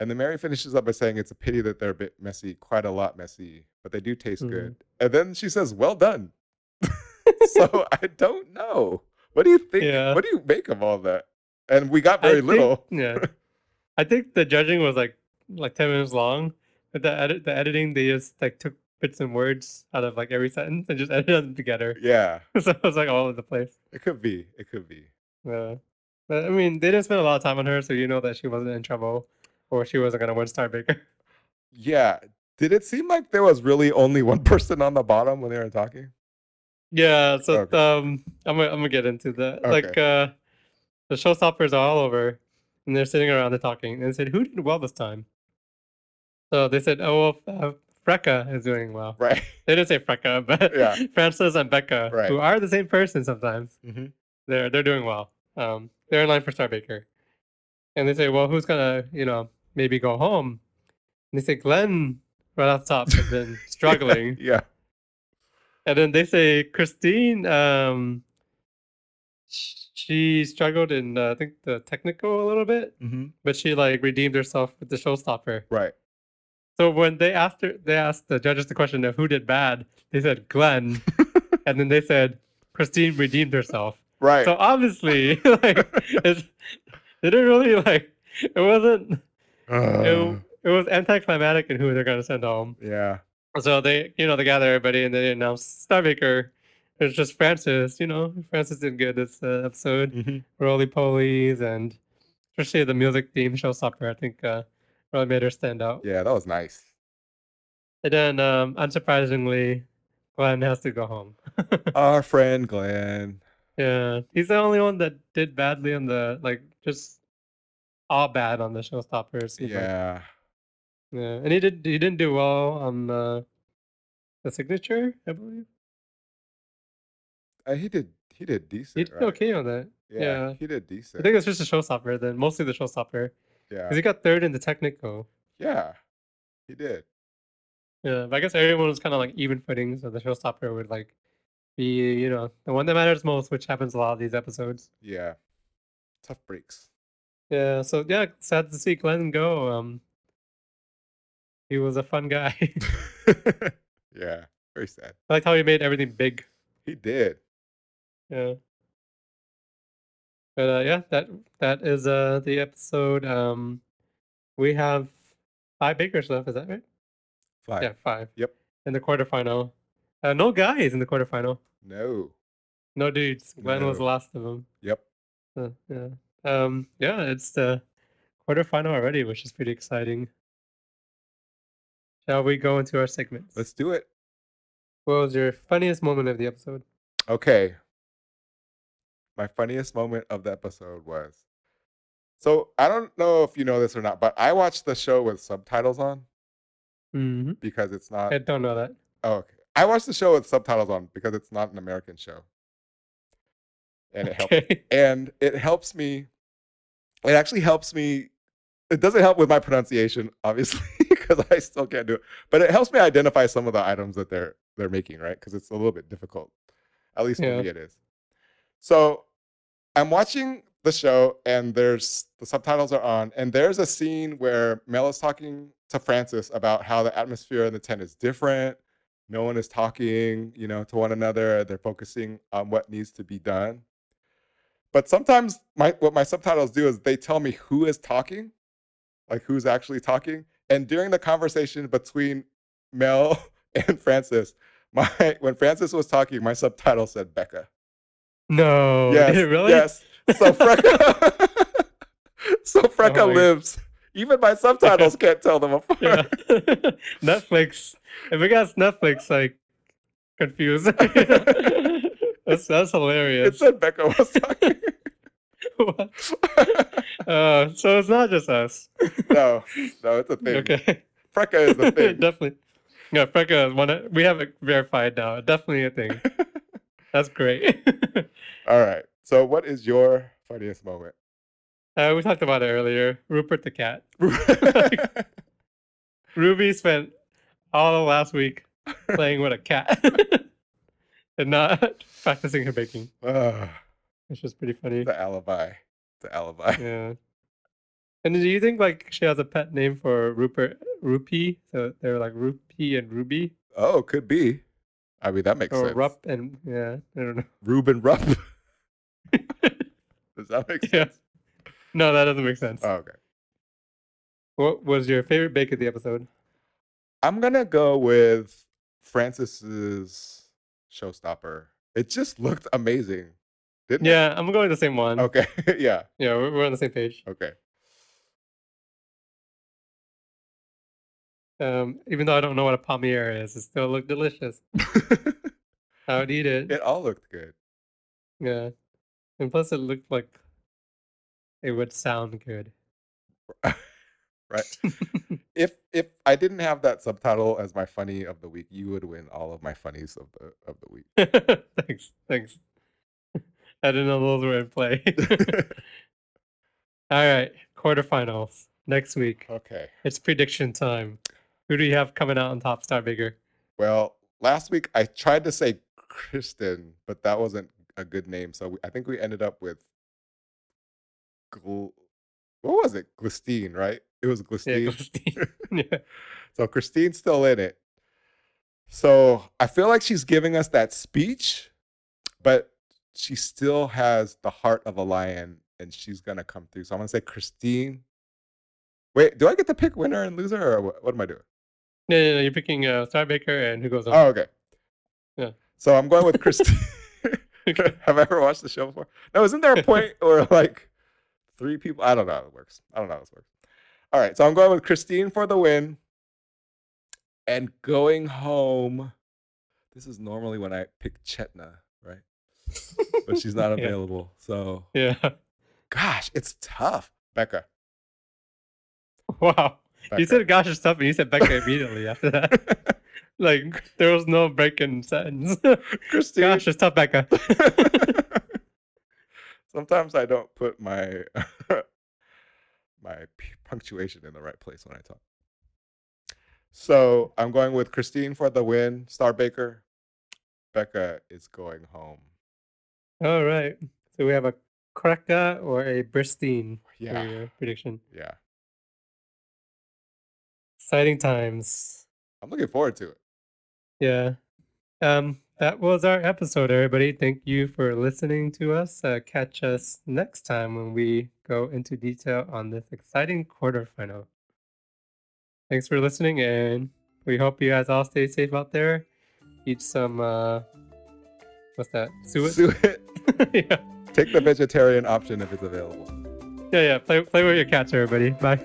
Speaker 1: And then Mary finishes up by saying it's a pity that they're a bit messy, quite a lot messy, but they do taste
Speaker 2: Mhm.
Speaker 1: good. And then she says, "Well done." so I don't know. What do you think?
Speaker 2: Yeah.
Speaker 1: What do you make of all that? And we got
Speaker 2: I
Speaker 1: very
Speaker 2: think-
Speaker 1: little.
Speaker 2: yeah. I think the judging was like like ten minutes long. But the edit, the editing, they just like took bits and words out of like every sentence and just edited them together.
Speaker 1: Yeah,
Speaker 2: so it was like all over the place.
Speaker 1: it could be. It could be.
Speaker 2: Yeah. But I mean, they didn't spend a lot of time on her, so you know that she wasn't in trouble or she wasn't gonna win Star Baker.
Speaker 1: Yeah. Did it seem like there was really only one person on the bottom when they were talking?
Speaker 2: Yeah, so
Speaker 1: Okay.
Speaker 2: um, I'm gonna, I'm gonna get into that. Like, uh, the showstoppers are all over, and they're sitting around and talking. And they said, "Who did well this time?" So they said, "Oh, well, uh, Frecka is doing well."
Speaker 1: Right.
Speaker 2: They didn't say Frecka, but
Speaker 1: Yeah.
Speaker 2: Frances and Becca,
Speaker 1: Right.
Speaker 2: who are the same person sometimes,
Speaker 1: Mm-hmm.
Speaker 2: they're they're doing well. Um, they're in line for Star Baker, and they say, "Well, who's gonna, you know, maybe go home?" And they say, "Glenn, right off top, has been struggling."
Speaker 1: Yeah.
Speaker 2: And then they say Christine, um, sh- she struggled in uh, I think the technical a little bit,
Speaker 1: Mm-hmm.
Speaker 2: but she like redeemed herself with the showstopper.
Speaker 1: Right.
Speaker 2: So when they asked her, they asked the judges the question of who did bad. They said Glenn, and then they said Christine redeemed herself.
Speaker 1: Right.
Speaker 2: So obviously, like it's, they didn't really like it wasn't
Speaker 1: Ugh.
Speaker 2: it, it was anticlimactic in who they're gonna send home.
Speaker 1: Yeah.
Speaker 2: So they, you know, they gather everybody and they announced Starbaker. It's just Francis, you know. Francis did good this uh, episode. Roly polies and especially the music theme showstopper. I think uh, really made her stand out.
Speaker 1: Yeah, that was nice.
Speaker 2: And then, um, unsurprisingly, Glenn has to go home.
Speaker 1: Our friend Glenn.
Speaker 2: Yeah, he's the only one that did badly on the like just all bad on the showstopper. it seems like.
Speaker 1: Yeah.
Speaker 2: yeah, and he did he didn't do well on the the signature, I believe.
Speaker 1: Uh, he did he did decent.
Speaker 2: He did
Speaker 1: right?
Speaker 2: okay on that. yeah.
Speaker 1: He did
Speaker 2: I
Speaker 1: decent.
Speaker 2: think it's just the showstopper then, mostly the showstopper,
Speaker 1: yeah.
Speaker 2: because he got third in the technical.
Speaker 1: yeah. He did.
Speaker 2: Yeah, but I guess everyone was kind of like even footing, so the showstopper would like be you know the one that matters most, which happens a lot of these episodes.
Speaker 1: Yeah. Tough breaks.
Speaker 2: Yeah, so yeah, sad to see Glenn go. Um, he was a fun guy. I
Speaker 1: yeah. Very sad.
Speaker 2: liked how he made everything big.
Speaker 1: He did.
Speaker 2: Yeah. But uh, yeah, that that is uh the episode. Um, we have five bakers left. Is that right?
Speaker 1: Five.
Speaker 2: Yeah, five.
Speaker 1: Yep.
Speaker 2: In the quarterfinal, uh, no guys in the quarterfinal.
Speaker 1: No.
Speaker 2: No dudes. Glenn was the
Speaker 1: No.
Speaker 2: last of them.
Speaker 1: Yep.
Speaker 2: Uh, yeah. Um. Yeah. It's the quarterfinal already, which is pretty exciting. Shall we go into our segments?
Speaker 1: Let's do it.
Speaker 2: What was your funniest moment of the episode?
Speaker 1: Okay. My funniest moment of the episode was so I don't know if you know this or not, but I watched the show with subtitles on
Speaker 2: Mm-hmm.
Speaker 1: because it's not
Speaker 2: I don't know that.
Speaker 1: Oh, okay. I watched the show with subtitles on because it's not an American show. And it helps.
Speaker 2: Okay.
Speaker 1: And it helps me. It actually helps me. It doesn't help with my pronunciation, obviously, because I still can't do it. But it helps me identify some of the items that they're they're making, right? Because it's a little bit difficult. At least
Speaker 2: Yeah.
Speaker 1: for me, it is. So I'm watching the show, and there's the subtitles are on, and there's a scene where Mel is talking to Francis about how the atmosphere in the tent is different. No one is talking, you know, to one another. They're focusing on what needs to be done. But sometimes my what my subtitles do is they tell me who is talking, like who's actually talking. And during the conversation between Mel and Francis, my when Francis was talking, my subtitle said Becca.
Speaker 2: No.
Speaker 1: yes,
Speaker 2: Oh, Did it really?
Speaker 1: yes. So Frecka, so Frecka
Speaker 2: Oh my-
Speaker 1: lives. Even my subtitles can't tell them apart.
Speaker 2: Yeah. Netflix. If we got Netflix, like confused. that's that's
Speaker 1: It
Speaker 2: hilarious.
Speaker 1: said Becca was talking.
Speaker 2: What? uh, so it's not just us.
Speaker 1: no, no, it's a thing.
Speaker 2: Okay.
Speaker 1: Frecka is the thing.
Speaker 2: definitely. Yeah, Frecka is one. of- we have it verified now. Definitely a thing. that's great.
Speaker 1: All right. So, what is your funniest moment?
Speaker 2: uh, we talked about it earlier. Rupert the cat. Ruby spent all of last week playing with a cat and not practicing her baking,
Speaker 1: Ah,
Speaker 2: which is pretty funny.
Speaker 1: the alibi. The alibi.
Speaker 2: Yeah. And do you think like she has a pet name for Rupert Rupee? So they're like Rupee and Ruby
Speaker 1: Oh, could be. I mean, that makes
Speaker 2: or
Speaker 1: sense.
Speaker 2: Rup and yeah, I don't know.
Speaker 1: Ruben Rupp. Does that make sense?
Speaker 2: Yeah. No, that doesn't make sense.
Speaker 1: Oh, okay.
Speaker 2: Uh, what was your favorite bake of the episode?
Speaker 1: I'm gonna go with Francis's showstopper. It just looked amazing, didn't it?
Speaker 2: Yeah, I'm going the same one.
Speaker 1: Okay. yeah.
Speaker 2: Yeah, we're, we're on the same page.
Speaker 1: Okay.
Speaker 2: Um, even though I don't know what a palmier is, it still looked delicious. I would eat it.
Speaker 1: It all looked good.
Speaker 2: Yeah. And plus it looked like it would sound good.
Speaker 1: Right. if if I didn't have that subtitle as my funny of the week, you would win all of my funnies of the of the week.
Speaker 2: thanks. Thanks. I didn't know those were in play. All right. Quarterfinals next week.
Speaker 1: Okay.
Speaker 2: It's prediction time. Who do you have coming out on top, Star Bigger?
Speaker 1: Well, last week I tried to say Kristen, but that wasn't a good name. So we, I think we ended up with Gl- what was it? Glistine, right? It was
Speaker 2: Yeah,
Speaker 1: Glistine.
Speaker 2: Christine. yeah.
Speaker 1: so Christine's still in it. So I feel like she's giving us that speech, but she still has the heart of a lion and she's gonna come through. So I'm gonna say Christine Wait, do I get to pick winner and loser, or what, what am I doing?
Speaker 2: No, no, no. You're picking uh, Star Baker and who goes on.
Speaker 1: Oh, okay.
Speaker 2: Yeah.
Speaker 1: So I'm going with Christine.
Speaker 2: Okay.
Speaker 1: Have I ever watched the show before? No, isn't there a point where like three people? I don't know how it works. I don't know how this works. All right, so I'm going with Christine for the win. And going home. This is normally when I pick Chetna, right? But she's not
Speaker 2: Yeah.
Speaker 1: available. So,
Speaker 2: Yeah.
Speaker 1: gosh, it's tough. Becca.
Speaker 2: Wow. You
Speaker 1: Becca.
Speaker 2: said gosh and stuff, and you said Becca immediately after that. Like there was no break in sentence.
Speaker 1: Christine.
Speaker 2: gosh and stuff, Becca.
Speaker 1: Sometimes I don't put my my p- punctuation in the right place when I talk. So I'm going with Christine for the win. Star Baker, Becca is going home.
Speaker 2: All right. So we have a Cracker or a Bristine for
Speaker 1: Yeah,
Speaker 2: your prediction.
Speaker 1: yeah.
Speaker 2: Exciting times.
Speaker 1: I'm looking forward to it.
Speaker 2: Yeah. Um, that was our episode, everybody. Thank you for listening to us. Uh, catch us next time when we go into detail on this exciting quarterfinal. Thanks for listening, and we hope you guys all stay safe out there. Eat some, uh, what's that? Suet?
Speaker 1: Do it.
Speaker 2: yeah.
Speaker 1: Take the vegetarian option if it's available.
Speaker 2: Yeah, yeah. Play, play with your cats, everybody. Bye.